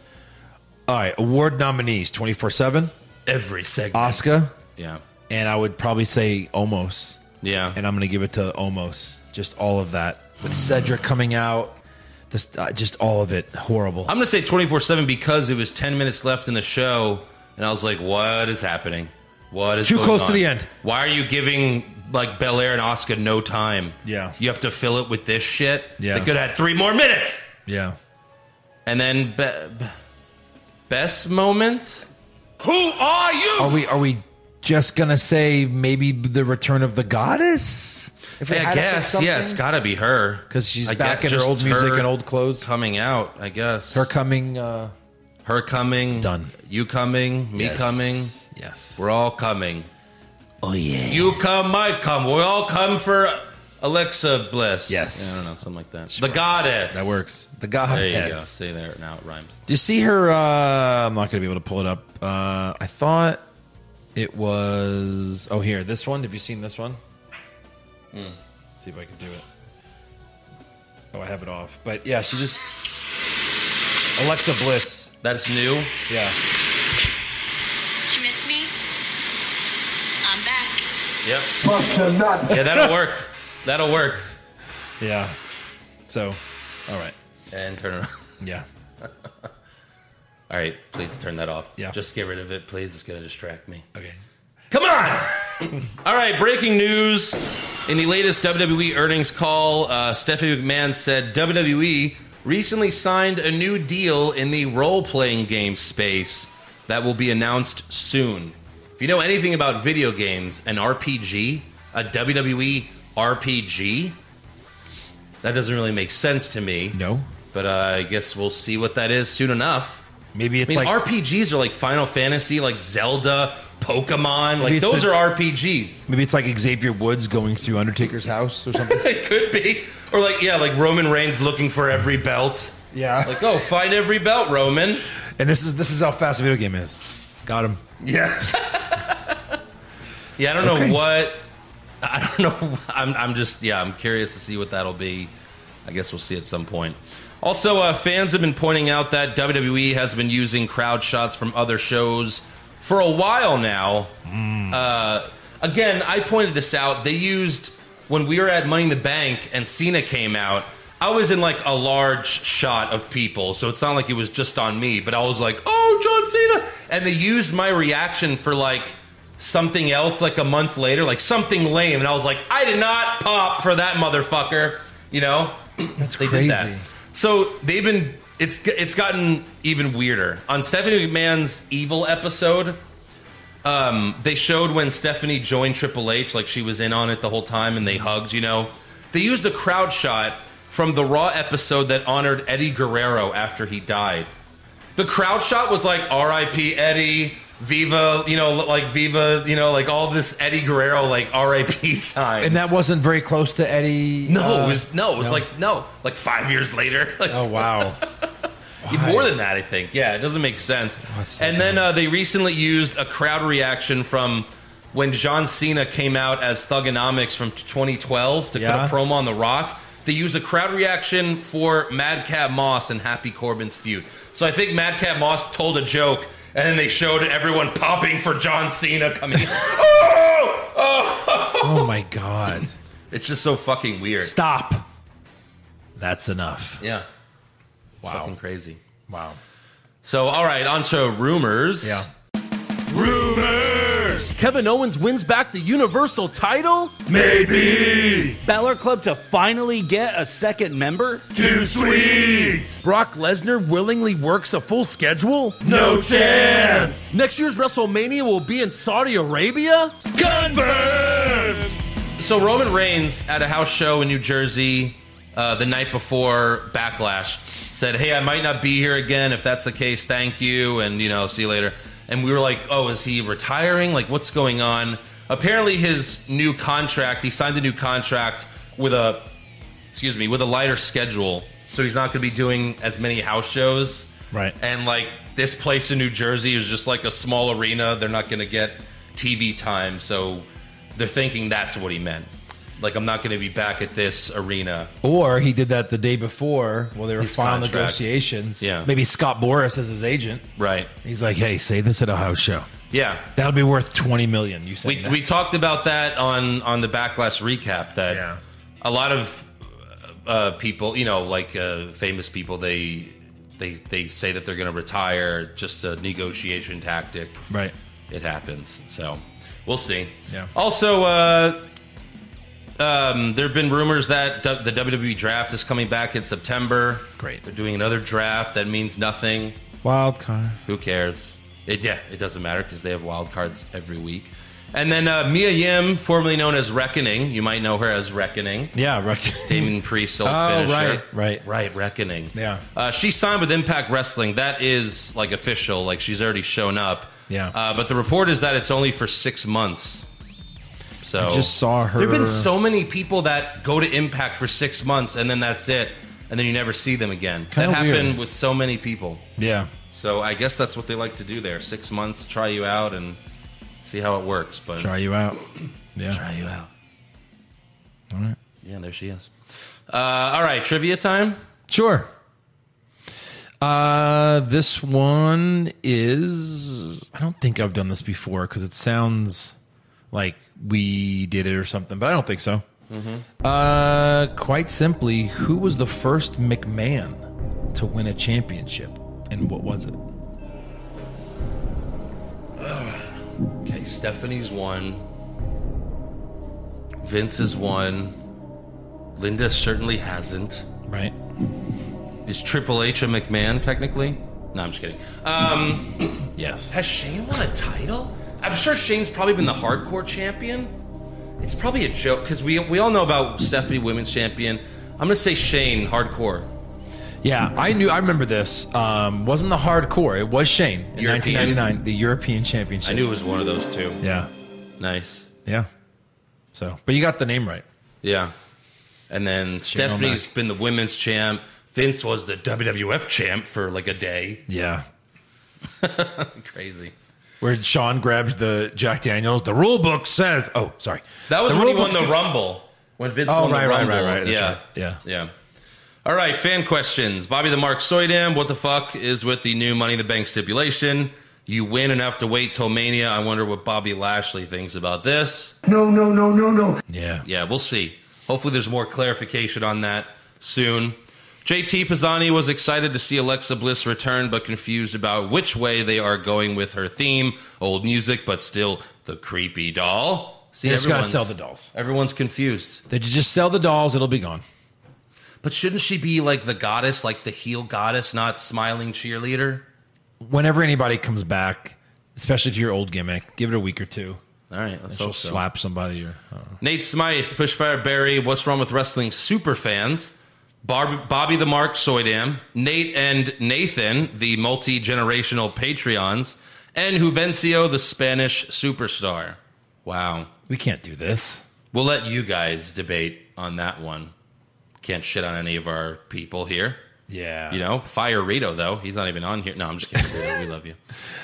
E: All right, award nominees: twenty four seven,
D: Every segment.
E: Oscar,
D: Yeah.
E: and I would probably say Omos,
D: Yeah.
E: and I'm going to give it to Omos. Just all of that with Cedric coming out, this uh, just all of it horrible.
D: I'm gonna say 24 seven because it was 10 minutes left in the show, and I was like, "What is happening? What is
E: Too
D: going
E: close to
D: on?
E: the end.
D: Why are you giving like Bel Air and Oscar no time?
E: Yeah.
D: you have to fill it with this shit.
E: Yeah.
D: they could have had three more minutes,
E: yeah,
D: and then be- be- best moments. Who are you?
E: are we are we just going to say maybe the return of the goddess? If we
D: I
E: had to pick
D: guess yeah,
E: something?
D: it's got to be her
E: 'Cause she's
D: I
E: back
D: guess
E: in her
D: just
E: old music
D: her
E: and old clothes.
D: coming out. I guess
E: Her coming. Uh,
D: Her coming,
E: Done.
D: You coming, me
E: yes.
D: coming.
E: Yes.
D: We're all coming.
G: Oh yeah.
D: You come, I come. We all come for Alexa Bliss.
E: Yes.
D: Yeah, I don't know, something like that. The goddess.
E: that works. The goddess.
D: There you go. See there, now it rhymes.
E: Do you see her? Uh, I'm not going to be able to pull it up. Uh, I thought it was. Oh, here, this one. Have you seen this one?
D: Hmm.
E: see if I can do it. Oh, I have it off. But yeah, she just. Alexa Bliss.
D: That's new.
E: Yeah.
J: Did you miss me? I'm back.
D: Yep.
F: Buster, nut.
D: Yeah, that'll work. That'll work.
E: Yeah. So, all right.
D: And turn it on.
E: Yeah.
D: All right, please turn that off.
E: Yeah.
D: Just get rid of it, please. It's going to distract me.
E: Okay.
D: Come on! All right, breaking E news. In the latest WWE earnings call, uh, Stephanie McMahon said WWE recently signed a new deal in the role playing game space that will be announced soon. If you know anything about video games, an RPG, a E WWE RPG, that doesn't really make sense to me.
E: No.
D: But uh, I guess we'll see what that is soon enough.
E: Maybe it's
D: I mean,
E: like
D: RPGs are like Final Fantasy, like Zelda, Pokemon. Like,
E: it's
D: those
E: the-
D: are RPGs.
E: maybe it's like Xavier Woods going through Undertaker's house or something.
D: It could be. Or, like, yeah, like Roman Reigns looking for every belt.
E: yeah.
D: Like, oh, find every belt, Roman.
E: and this is this is how fast a video game is. Got him.
D: Yeah. yeah, I don't
E: Okay.
D: know what. I don't know. I'm, I'm just, yeah, I'm curious to see what that'll be. I guess we'll see at some point. Also, uh, fans have been pointing out that WWE has been using crowd shots from other shows for a while now. Uh, again, I pointed this out. They used, when we were at Money in the Bank and Cena came out, I was in like a large shot of people, so it's not like it was just on me, but I was like, oh, John Cena! And they used my reaction for like something else like a month later, like something lame, and I was like, I did not pop for that motherfucker. You know, that's they
E: crazy.
D: So they've been it's it's gotten even weirder on Stephanie McMahon's evil episode. Um, they showed when Stephanie joined Triple H, like she was in on it the whole time, and they hugged. You know, they used a crowd shot from the Raw episode that honored Eddie Guerrero after he died. The crowd shot was like R.I.P. Eddie, Viva, you know, like Viva, you know, like all this Eddie Guerrero like R.I.P. signs.
E: And that wasn't very close to Eddie.
D: no,
E: uh,
D: it was no, it was like no, like five years later, like
E: Oh wow.
D: more than that, I think. Yeah, it doesn't make sense.
E: Oh, that's so
D: and then uh, they recently used a crowd reaction from when John Cena came out as Thugonomics from 2012 to
E: Yeah.
D: cut a promo on The Rock. They used a crowd reaction for Madcap Moss and Happy Corbin's feud. So I think Madcap Moss told a joke, and then they showed everyone popping for John Cena coming. in. oh, oh!
E: Oh my god.
D: It's just so fucking weird.
E: Stop. That's enough.
D: Yeah, it's
E: Wow.
D: fucking crazy.
E: Wow.
D: So, all right, on to rumors.
E: Yeah.
D: Rumors!
K: Kevin Owens wins back the Universal title?
B: Maybe
K: Balor Club to finally get a second member?
B: too sweet.
K: Brock Lesnar willingly works a full schedule?
B: No chance.
K: Next year's WrestleMania will be in Saudi Arabia?
B: Confirmed.
D: So, Roman Reigns at a house show in New Jersey uh, the night before Backlash said, Hey, I might not be here again. If that's the case, thank you. And, you know, see you later. And we were like, Oh, is he retiring? Like, what's going on? Apparently, his new contract, he signed a new contract with a, excuse me, with a lighter schedule. So, he's not going to be doing as many house shows.
K: Right.
D: and like this place in New Jersey is just like a small arena. They're not going to get TV time, so they're thinking that's what he meant. Like I'm not going to be back at this arena.
E: Or he did that the day before while they were
D: His
E: final
D: contract.
E: negotiations.
D: Yeah.
E: Maybe Scott Boris is his agent.
D: Right?
E: He's like, hey, say this at a house show.
D: Yeah.
E: That'll be worth twenty million. You say
D: We we talked about that on on the backlash recap that
E: Yeah.
D: a lot of uh, people, you know, like uh, famous people, they they they say that they're going to retire. Just a negotiation tactic.
E: right.
D: it happens. So we'll see.
E: Yeah.
D: Also, uh, um, there have been rumors that du- the WWE draft is coming back in September.
E: Great.
D: They're doing another draft that means nothing.
E: Wild card.
D: Who cares? It, yeah, it doesn't matter because they have wild cards every week. And then uh, Mia Yim, formerly known as Reckoning, you might know her as Reckoning.
E: Yeah, right.
D: Damon Priest old
E: Oh,
D: finisher.
E: right, right.
D: Right, Reckoning.
E: Yeah.
D: Uh, she signed with Impact Wrestling. That is like official. Like she's already shown up.
E: Yeah.
D: Uh, but the report is that it's only for six months. So
E: I just saw her-
D: There have been so many people that go to Impact for six months and then that's it. And then you never see them again.
E: Kinda
D: that happened
E: weird.
D: with so many people.
E: yeah.
D: So I guess that's what they like to do there. Six months, try you out and see how it works. But
E: Try you out. Yeah.
D: try you out.
E: All right.
D: Yeah, there she is. Uh, all right, trivia time.
E: Sure. Uh, this one is. I don't think I've done this before because it sounds like we did it or something, but I don't think so.
D: Mm-hmm.
E: Uh, quite simply, who was the first McMahon to win a championship, and what was it?
D: Okay, Stephanie's one. Vince is one. Linda certainly hasn't.
E: Right.
D: It Is Triple H a McMahon technically? No, I'm just kidding. Um,
G: Yes.
D: has Shane won a title? I'm sure Shane's probably been the hardcore champion. It's probably a joke because we we all know about Stephanie, women's champion. I'm gonna say Shane, hardcore.
E: Yeah, I knew. I remember this. Um, wasn't the hardcore? It was Shane in
D: European.
E: 1999, the European Championship.
D: I knew it was one of those two.
E: Yeah,
D: Nice.
E: yeah. So, but you got the name right.
D: Yeah. And then Stephanie's been the women's champ. Vince was the WWF champ for like a day.
E: Yeah,
D: Crazy.
E: where Sean grabs the Jack Daniels. The rule book says, "Oh, sorry."
D: That was
E: The
D: when he
E: rule
D: won
E: book
D: the
E: says-
D: Rumble. When Vince
E: Oh,
D: won
E: right,
D: the
E: right,
D: Rumble.
E: right, right. That's
D: Yeah.
E: right. Yeah.
D: Yeah. All right, fan questions. Bobby the Mark Soydam, what the fuck is with the new Money in the Bank stipulation? You win and have to wait till Mania. I wonder what Bobby Lashley thinks about this.
F: No, no, no, no, no.
E: Yeah.
D: Yeah, we'll see. Hopefully, there's more clarification on that soon. JT Pisani was excited to see Alexa Bliss return, but confused about which way they are going with her theme. Old music, but still the creepy doll. See,
E: They just gotta
D: everyone's-
E: sell the dolls.
D: Everyone's confused.
E: They just sell the dolls; it'll be gone.
D: But shouldn't she be like the goddess, like the heel goddess, not smiling cheerleader?
E: Whenever anybody comes back, especially if you're old gimmick, give it a week or two.
D: All right, let's
E: She'll
D: hope so.
E: slap somebody or oh, I don't know.
D: Nate Smythe, Pushfire Barry, what's wrong with wrestling super fans? Barb, Bobby the Mark Soydam, Nate and Nathan, the multi generational Patreons, and Juvencio, the Spanish superstar. Wow.
E: we can't do this.
D: We'll let you guys debate on that one. Can't shit on any of our people here.
E: Yeah,
D: You know, fire Rito though. He's not even on here. No, I'm just kidding. Rito, we love you.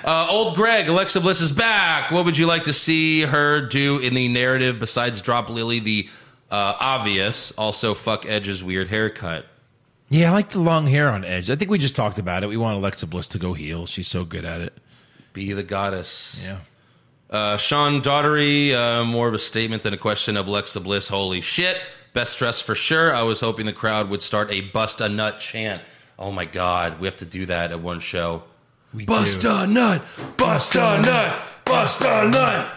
D: Uh, old Greg, Alexa Bliss is back. What would you like to see her do in the narrative besides drop Lily the uh, obvious? Also, fuck Edge's weird haircut.
E: Yeah, I like the long hair on Edge. I think we just talked about it. We want Alexa Bliss to go heel. She's so good at it.
D: Be the goddess.
E: Yeah.
D: Uh, Sean Daughtery, uh, more of a statement than a question of Alexa Bliss. Holy shit. Best dress for sure. I was hoping the crowd would start a bust a nut chant. Oh my God. We have to do that at one show.
E: We
D: Bust
E: do.
D: a nut, bust a nut, bust a nut.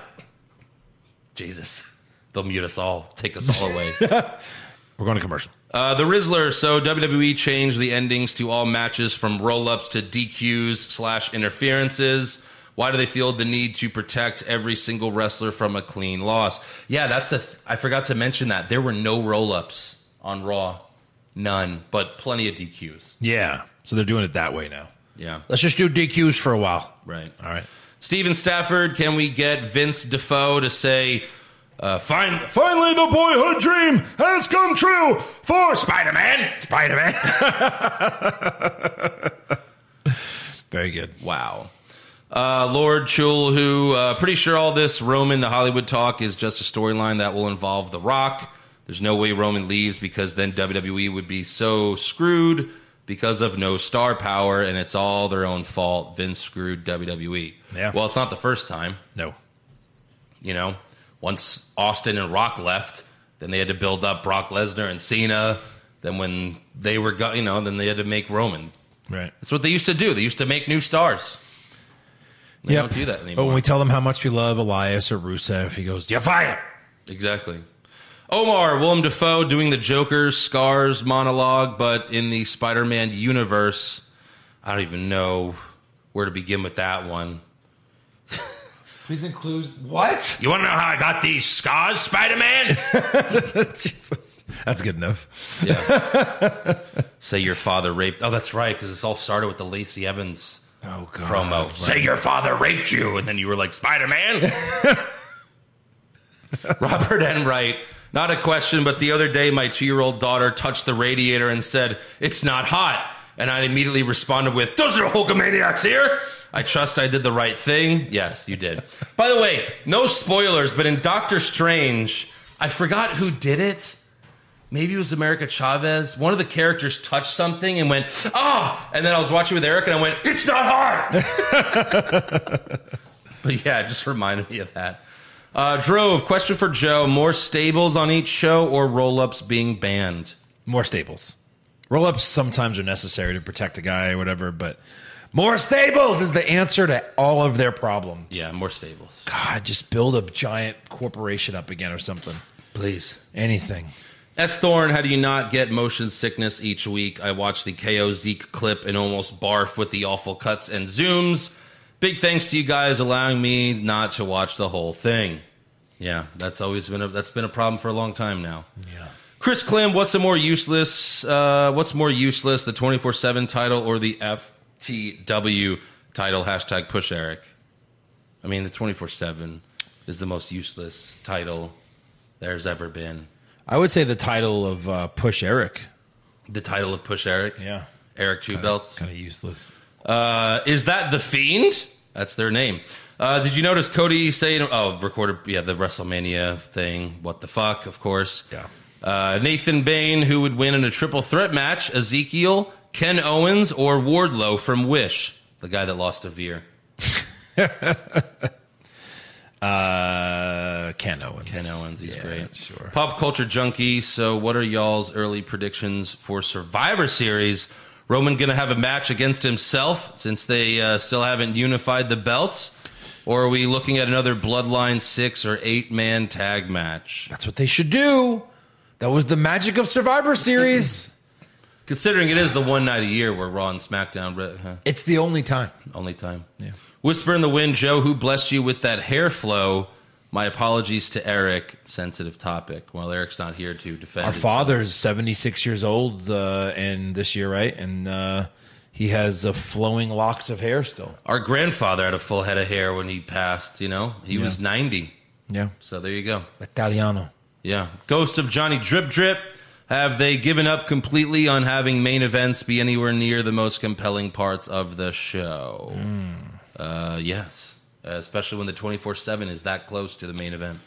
D: Jesus, they'll mute us all, take us all away.
E: We're going to commercial.
D: Uh, the Rizzler. So WWE changed the endings to all matches from roll-ups to DQs slash interferences. Why do they feel the need to protect every single wrestler from a clean loss? Yeah, that's a. Th- I forgot to mention that there were no roll-ups on Raw, none, but plenty of DQs.
E: Yeah. So they're doing it that way now.
D: Yeah,
E: Let's just do DQs for a while.
D: right.
E: All right.
D: Steven Stafford, can we get Vince Defoe to say, uh, fin- finally the boyhood dream has come true for Spider Man?
E: Spider Man. Very good.
D: Wow. Uh, Lord Chul, who uh, pretty sure all this Roman to Hollywood talk is just a storyline that will involve The Rock. There's no way Roman leaves because then WWE would be so screwed because of no star power and it's all their own fault. Vince screwed WWE.
E: Yeah.
D: Well, it's not the first time.
E: No.
D: You know, once Austin and Rock left, then they had to build up Brock Lesnar and Cena. Then when they were, go- you know, then they had to make Roman.
E: Right.
D: That's what they used to do. They used to make new stars. They
E: Yep.
D: don't do that
E: But
D: anymore.
E: when we tell them how much we love Elias or Rusev, he goes, "You're fired."
D: exactly. Omar Willem Dafoe doing the Joker's scars monologue, but in the Spider-Man universe. I don't even know where to begin with that one.
E: Please include.
D: What? You want to know how I got these scars, Spider-Man?
E: That's good enough.
D: Yeah. Say your father raped. Oh, that's right, because it's all started with the Lacey Evans
E: Oh god.
D: promo. Say your father raped you, and then you were like Spider Man. Robert Enright. Not a question, but the other day my two year old daughter touched the radiator and said, It's not hot. And I immediately responded with, Those are Hulkamaniacs here. I trust I did the right thing. Yes, you did. By the way, no spoilers, but in Doctor Strange, I forgot who did it maybe it was America Chavez. One of the characters touched something and went, ah! And then I was watching with Eric and I went, it's not hard. but yeah, it just reminded me of that. Uh, Drove, question for Joe more stables on each show or roll ups being banned?
E: More staples. Roll ups sometimes are necessary to protect a guy or whatever, but more stables is the answer to all of their problems.
D: Yeah, more stables.
E: God, just build a giant corporation up again or something.
D: Please.
E: Anything.
D: S. Thorne, how do you not get motion sickness each week? I watched the KO Zeke clip and almost barf with the awful cuts and zooms. Big thanks to you guys allowing me not to watch the whole thing. Yeah, that's always been a that's been a problem for a long time now. Yeah. Chris Klim, what's a more useless uh, what's more useless, the twenty four seven title or the FTW title? Hashtag push Eric. I mean the twenty four seven is the most useless title there's ever been.
G: I would say the title of uh, Push Eric.
D: The title of Push Eric?
G: Yeah.
D: Eric Two Belts.
G: Kind of useless.
D: Uh, is that the Fiend? That's their name. Uh, did you notice Cody saying, "Oh, recorded, yeah, the WrestleMania thing"? What the fuck? Of course.
G: Yeah.
D: Uh, Nathan Bain, who would win in a triple threat match? Ezekiel, Ken Owens, or Wardlow from Wish, the guy that lost to Veer.
G: Uh, Ken Owens.
D: Ken Owens, he's
G: Yeah,
D: great.
G: Sure.
D: Pop culture junkie. So, what are y'all's early predictions for Survivor Series? Roman gonna have a match against himself since they uh, still haven't unified the belts, or are we looking at another Bloodline six or eight man tag match?
E: That's what they should do. That was the magic of Survivor Series.
D: Considering it is the one night a year where Raw and SmackDown re- huh,
E: it's the only time.
D: only time. Yeah. Whisper in the wind, Joe. Who blessed you with that hair flow? My apologies to Eric. Sensitive topic. Well, Eric's not here to defend
E: Our
D: himself.
E: father's 76 years old uh, and this year, right? And uh, he has uh, flowing locks of hair still.
D: Our grandfather had a full head of hair when he passed, you know? He was 90.
E: Yeah.
D: So there you go.
E: Italiano.
D: Yeah. Ghosts of Johnny Drip Drip. Have they given up completely on having main events be anywhere near the most compelling parts of the show? Uh, yes. Uh, especially when the 24 7 is that close to the main event.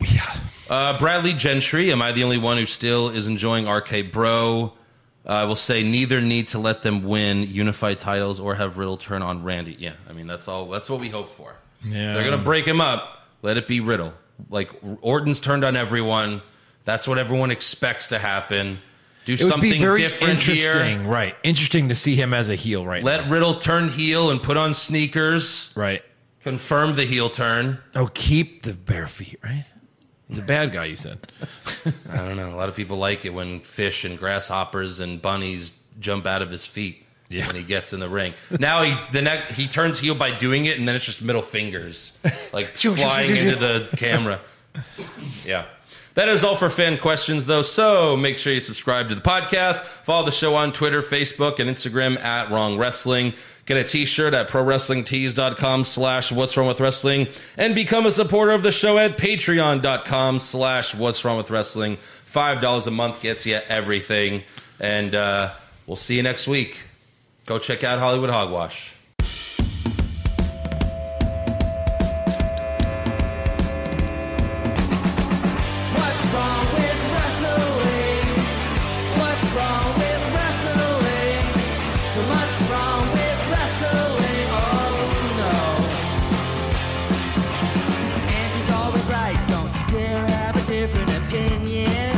D: Yeah. Uh, Bradley Gentry, am I the only one who still is enjoying RK Bro? Uh, I will say neither need to let them win, unify titles, or have Riddle turn on Randy. Yeah, I mean that's all. That's what we hope for.
E: Yeah.
D: If they're gonna break him up. Let it be Riddle. Like Orton's turned on everyone. That's what everyone expects to happen. Do
E: It would
D: something
E: be very
D: different
E: interesting,
D: here.
E: right? Interesting to see him as a heel right
D: Let Riddle turn heel and put on sneakers.
E: now. Right.
D: Confirm the heel turn.
E: Oh, keep the bare feet, right?
G: The bad guy, you said.
D: I don't know. A lot of people like it when fish and grasshoppers and bunnies jump out of his feet
G: Yeah.
D: when he gets in the ring. Now he the next, he turns heel by doing it, and then it's just middle fingers like flying into the camera. Yeah. That is all for fan questions, though. So make sure you subscribe to the podcast. Follow the show on Twitter, Facebook, and Instagram at Wrong Wrestling. Get a t-shirt at prowrestlingtees.com slash what's wrong with wrestling and become a supporter of the show at patreon.com slash what's wrong with wrestling. $5 a month gets you everything. And uh, we'll see you next week. Go check out Hollywood Hogwash.
A: What's wrong with wrestling? What's wrong with wrestling? So much wrong with wrestling. Oh no. And she's always right. Don't you dare have a different opinion.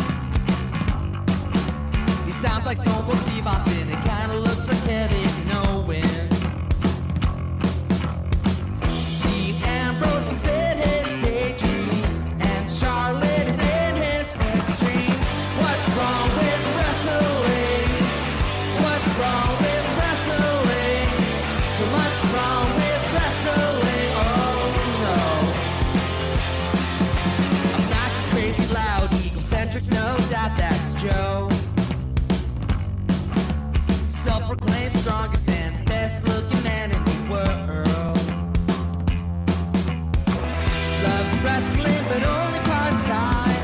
A: He sounds like Stone Cold Steve Austin. It kinda looks like Kevin Owens. Dean Ambrose is in his daydreams, and Charlotte is in his sex dream. What's wrong with wrestling? What's wrong with wrestling? So much wrong with wrestling. Oh no. Obnoxious, crazy, loud, egocentric, no doubt that's Joe. Self proclaimed strongest and best looking man in the world. Loves wrestling, but only part time.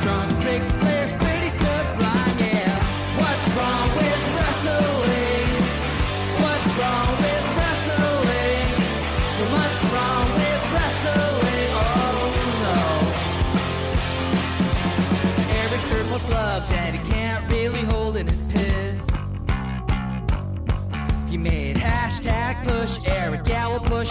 A: Strong, big players, pretty sublime, yeah. What's wrong with wrestling? What's wrong with wrestling? So much wrong with wrestling, oh no. Every circle's love that he can't really hold in his piss. He made hashtag push Eric, yeah, will push